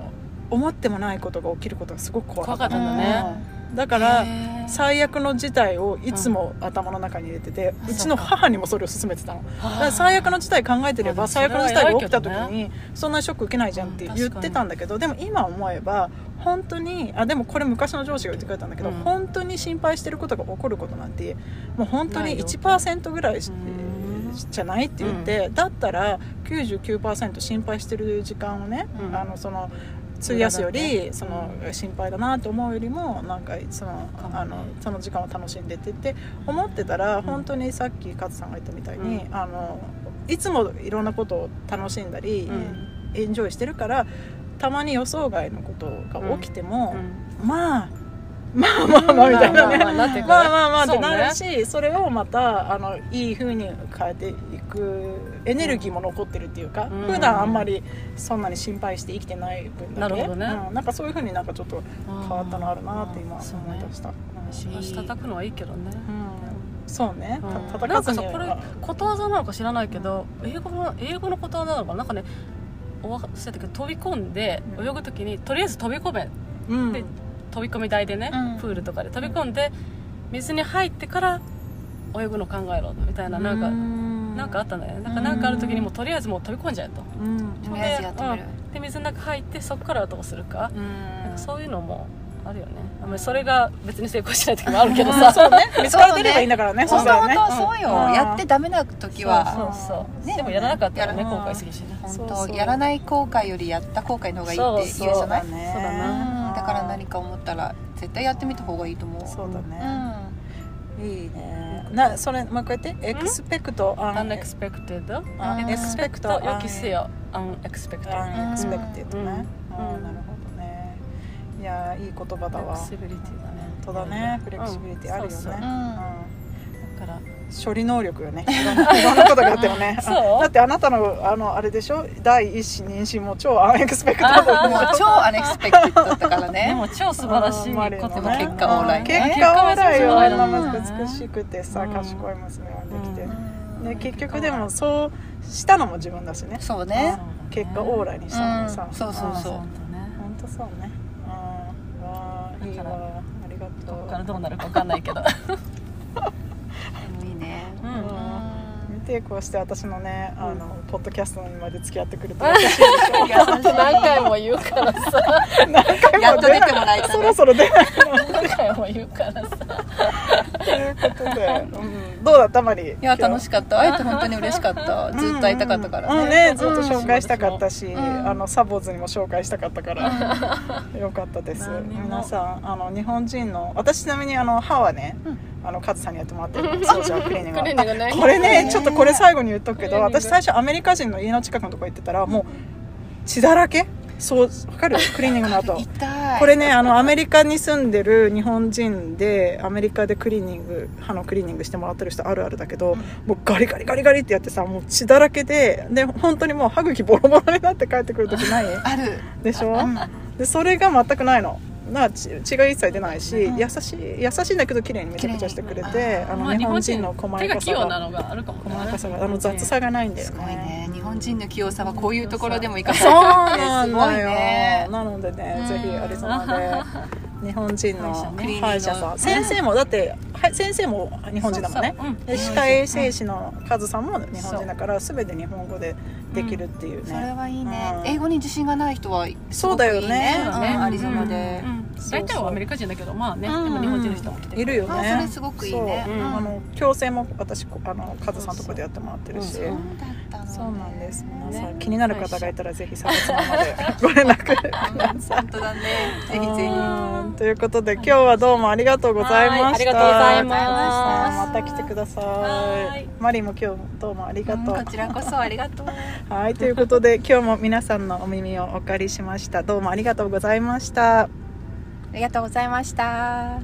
[SPEAKER 1] 思ってもないことが起きることがすごく怖か
[SPEAKER 3] 怖
[SPEAKER 1] っ
[SPEAKER 3] か
[SPEAKER 1] た
[SPEAKER 3] ったんだね
[SPEAKER 1] うんだから最悪の事態をいつも頭の中に入れてて、うちの母にもそれを勧めてたのだから最悪の事態考えてれ
[SPEAKER 3] ま
[SPEAKER 1] ば
[SPEAKER 3] あ
[SPEAKER 1] 最悪の事態が起きた時
[SPEAKER 3] それは偉い
[SPEAKER 1] にそんなショック受けないじゃんって
[SPEAKER 3] うん
[SPEAKER 1] 言ってたんだけどでも今思えば本当にあでもこれ昔の上司が言ってくれたんだけど、
[SPEAKER 3] うん
[SPEAKER 1] 本当に心配してることが起こることなんてもう本当
[SPEAKER 3] ない
[SPEAKER 1] に
[SPEAKER 3] よ
[SPEAKER 1] 1%ぐらいし
[SPEAKER 3] うん
[SPEAKER 1] じゃないって言って、だったら99%心配してる時間をね、
[SPEAKER 3] うん
[SPEAKER 1] あのその費やすよ
[SPEAKER 3] 無駄
[SPEAKER 1] り、その心配だなと思うよりもなんかその
[SPEAKER 3] かもね
[SPEAKER 1] あのその時間を楽しんでってって思ってたら、
[SPEAKER 3] ん
[SPEAKER 1] 本当にさっき勝さんが言ったみたいに、
[SPEAKER 3] う
[SPEAKER 1] あのいつもいろんなことを楽しんだり、
[SPEAKER 3] うん
[SPEAKER 1] エンジョイしてるからたまに予想外のことが起きても、
[SPEAKER 3] うん
[SPEAKER 1] まあまあまあまあみたいなね
[SPEAKER 3] まあまあまあなってくる
[SPEAKER 1] まあまあまあっ
[SPEAKER 3] そう
[SPEAKER 1] て
[SPEAKER 3] ね
[SPEAKER 1] なるしそ,、れをまたあのいい風に変えていくエネルギーも残ってるっていうか、
[SPEAKER 3] うん
[SPEAKER 1] 普段あんまりそんなに心配して生きてない分だけ
[SPEAKER 3] なるほどね
[SPEAKER 1] うん、なんかそういう風になんかちょっと変わったのあるなって今
[SPEAKER 3] うんそうね
[SPEAKER 1] 思い出した、
[SPEAKER 2] し
[SPEAKER 3] 足叩くのはいいけどね、
[SPEAKER 1] うんそうね、た
[SPEAKER 3] うん
[SPEAKER 1] 叩か
[SPEAKER 3] なんか
[SPEAKER 1] ず
[SPEAKER 3] さ
[SPEAKER 1] には
[SPEAKER 3] これことわざなのか知らないけど英語の英語のことわざなのかななんかねお忘れたけど飛び込んで
[SPEAKER 1] うん
[SPEAKER 3] 泳ぐ時にとりあえず飛び込め
[SPEAKER 1] うん
[SPEAKER 3] で飛び込み台でね、
[SPEAKER 2] うん
[SPEAKER 3] プールとかで飛び込んで水に入ってから泳ぐの考えろみたいななんか、
[SPEAKER 1] ん
[SPEAKER 3] なんかあったんだよねなんかなんかある時にもうとりあえずもう飛び込んじゃえと
[SPEAKER 1] うん
[SPEAKER 2] とりあえずやってみる
[SPEAKER 3] で水の中入ってそこからはどうするか,、なんかそういうのもあるよねあんまりそれが別に成功しない時もあるけど
[SPEAKER 1] まあそ
[SPEAKER 3] さ
[SPEAKER 1] うね見つから出ればいいんだからね
[SPEAKER 2] もとも
[SPEAKER 1] したらね
[SPEAKER 2] とそうよ、
[SPEAKER 1] ん
[SPEAKER 2] やってダメな時は
[SPEAKER 3] そうそうそう、
[SPEAKER 2] ね
[SPEAKER 3] でもやらなかったらね
[SPEAKER 1] や
[SPEAKER 3] 後
[SPEAKER 1] ら
[SPEAKER 3] 悔するしね
[SPEAKER 1] ん
[SPEAKER 2] 本
[SPEAKER 1] そう
[SPEAKER 2] 当
[SPEAKER 1] そう
[SPEAKER 2] やらない後悔よりやった後悔の方がいいって言うじゃない
[SPEAKER 1] そううんだね
[SPEAKER 3] そうだ
[SPEAKER 2] だ,、
[SPEAKER 3] な
[SPEAKER 2] から何か思ったら絶対やってみた方がいいと思う
[SPEAKER 1] そうだ
[SPEAKER 2] う
[SPEAKER 1] ね、
[SPEAKER 2] ん
[SPEAKER 1] いいねなそれもう一回言ってエクスペクトア
[SPEAKER 3] ア
[SPEAKER 1] ン
[SPEAKER 3] ン
[SPEAKER 1] エ
[SPEAKER 3] エ
[SPEAKER 1] ク
[SPEAKER 3] ク
[SPEAKER 1] ス
[SPEAKER 3] スペクテッド
[SPEAKER 1] ペクト
[SPEAKER 3] と予期せよアンエクスペクテッ
[SPEAKER 1] アンエクスペクテッドね、
[SPEAKER 3] うん
[SPEAKER 1] あー
[SPEAKER 3] うん
[SPEAKER 1] なるほどねいやーいい言葉
[SPEAKER 3] ド
[SPEAKER 1] だ
[SPEAKER 3] フレ
[SPEAKER 1] わ
[SPEAKER 3] キシビリティだね
[SPEAKER 1] 本当だねフレキシビリティあるよね、
[SPEAKER 3] うんそうそう
[SPEAKER 2] う
[SPEAKER 3] だ
[SPEAKER 2] ん
[SPEAKER 1] うん
[SPEAKER 3] から
[SPEAKER 1] 処理能力よねいろんないろんなことがあっても ね
[SPEAKER 3] そう
[SPEAKER 1] あだってあなたのあのあれでしょ第一子妊娠も超アンエクスペクト だった
[SPEAKER 2] もう超アネクスペクティッドだったから
[SPEAKER 3] で
[SPEAKER 2] ね
[SPEAKER 3] も超素晴らしいこと
[SPEAKER 1] で
[SPEAKER 2] も結果オーライね
[SPEAKER 1] 結果オーライよあん
[SPEAKER 2] 結果
[SPEAKER 1] な
[SPEAKER 2] オーライ
[SPEAKER 1] 美しくてさ、
[SPEAKER 3] うん
[SPEAKER 1] 賢い娘ができて、
[SPEAKER 2] うん
[SPEAKER 1] で結局でもそうしたのも自分だしね
[SPEAKER 2] そうね
[SPEAKER 1] 結果オーライにしたのにさ、
[SPEAKER 2] うんそうそうそう
[SPEAKER 1] 本当そうねうんわあいい
[SPEAKER 3] だから
[SPEAKER 1] わありがと
[SPEAKER 3] こ
[SPEAKER 1] う
[SPEAKER 3] こからどうなるか分かんないけど
[SPEAKER 2] でもいいね
[SPEAKER 3] うん
[SPEAKER 1] うん見てこうして私のね、あのポッドキャストにまで付き合ってくれて
[SPEAKER 2] 優しい
[SPEAKER 3] 何回も言うからさ
[SPEAKER 2] やっと出てもらえた
[SPEAKER 1] そろ
[SPEAKER 2] ね
[SPEAKER 1] そろ出ない
[SPEAKER 3] 何回も言うからさ
[SPEAKER 1] ということで、うんどうだったまりい
[SPEAKER 2] いや楽
[SPEAKER 1] か
[SPEAKER 2] しかった会えて本当に嬉しかったずっと会いたかったから
[SPEAKER 1] うん
[SPEAKER 2] ね,、
[SPEAKER 1] うんねずっと紹介したかったし、
[SPEAKER 2] ん
[SPEAKER 1] あのサボーズにも紹介したかったから、よかったです
[SPEAKER 3] 何も
[SPEAKER 1] 皆さんあの日本人の私ちなみにあの歯はね、あのカズさんにやってもらってる掃除はクリーニングは
[SPEAKER 3] クリーニングね
[SPEAKER 1] あこれねちょっとこれ最後に言っとくけど
[SPEAKER 3] クリーニング
[SPEAKER 1] 私最初アメリカ人の家の近くのとこ行ってたらもう血だらけそうわかるクリーニングの後
[SPEAKER 2] 痛い
[SPEAKER 1] これねあのアメリカに住んでる日本人でアメリカでクリーニング歯のクリーニングしてもらってる人あるあるだけど、もうガリガリガリガリってやってさもう血だらけでで本当にもう歯茎ボロボロになって帰ってくる時ない
[SPEAKER 2] ある
[SPEAKER 1] でしょ、でそれが全くないのな血血が一切出ないし、優しい優しいんだけど綺麗にめちゃくちゃしてくれ
[SPEAKER 2] 綺麗
[SPEAKER 1] てあの
[SPEAKER 3] まあ
[SPEAKER 1] 日本人の細
[SPEAKER 3] 手
[SPEAKER 1] や
[SPEAKER 3] が
[SPEAKER 1] か
[SPEAKER 3] 器
[SPEAKER 1] さ
[SPEAKER 3] 用
[SPEAKER 1] が
[SPEAKER 3] なのがあるかもね
[SPEAKER 1] 細やかさがあの雑さがないんだよ
[SPEAKER 2] す
[SPEAKER 1] ね
[SPEAKER 2] ごいね日本人の器用さはこういうところでも生か
[SPEAKER 1] そう
[SPEAKER 2] さ
[SPEAKER 1] なん
[SPEAKER 2] れてる すごい
[SPEAKER 1] だよ、
[SPEAKER 2] ね
[SPEAKER 1] なのでね、
[SPEAKER 2] うん
[SPEAKER 1] ぜひアリゾナで日本人の
[SPEAKER 2] ね
[SPEAKER 1] 歯医者さん
[SPEAKER 2] クリーニングの
[SPEAKER 1] 先生もだっては先生も日本人だもんね
[SPEAKER 3] そうそううん
[SPEAKER 1] で歯科衛生士のカズさんも日本人だから全て日本語でできるっていう
[SPEAKER 2] それ
[SPEAKER 1] ね、
[SPEAKER 2] はいいね、
[SPEAKER 1] うん
[SPEAKER 2] 英語に自信がない人はす
[SPEAKER 1] そう
[SPEAKER 2] ご
[SPEAKER 1] だ
[SPEAKER 2] く
[SPEAKER 1] よ
[SPEAKER 2] いい
[SPEAKER 1] ね
[SPEAKER 2] ね
[SPEAKER 3] そうだ
[SPEAKER 2] う
[SPEAKER 3] ね
[SPEAKER 2] んアリゾナで、
[SPEAKER 3] うん
[SPEAKER 1] そうそう
[SPEAKER 3] 大体はアメリカ人だけどまあねで
[SPEAKER 1] うん
[SPEAKER 3] も日本人の人も来て
[SPEAKER 1] いるよね
[SPEAKER 2] あそれすごくいいね
[SPEAKER 1] そう
[SPEAKER 3] うん
[SPEAKER 1] あの矯正も私こあのカズさんとこでやってもらってるし、
[SPEAKER 3] うん
[SPEAKER 2] だったのね
[SPEAKER 1] そうなんです皆さん、
[SPEAKER 3] ね
[SPEAKER 1] 気になる方がいたらぜひサ月マまでご連絡ください
[SPEAKER 2] 本当だねぜひぜひ
[SPEAKER 1] うんということで今日はどうもありがとうございました
[SPEAKER 3] はいありがとうございま
[SPEAKER 1] また来てください
[SPEAKER 3] はい
[SPEAKER 1] マリーも今日もどうもありがとう、
[SPEAKER 2] うんこちらこそありがとう
[SPEAKER 1] はいということで今日も皆さんのお耳をお借りしましたどうもありがとうございました
[SPEAKER 2] ありがとうございました。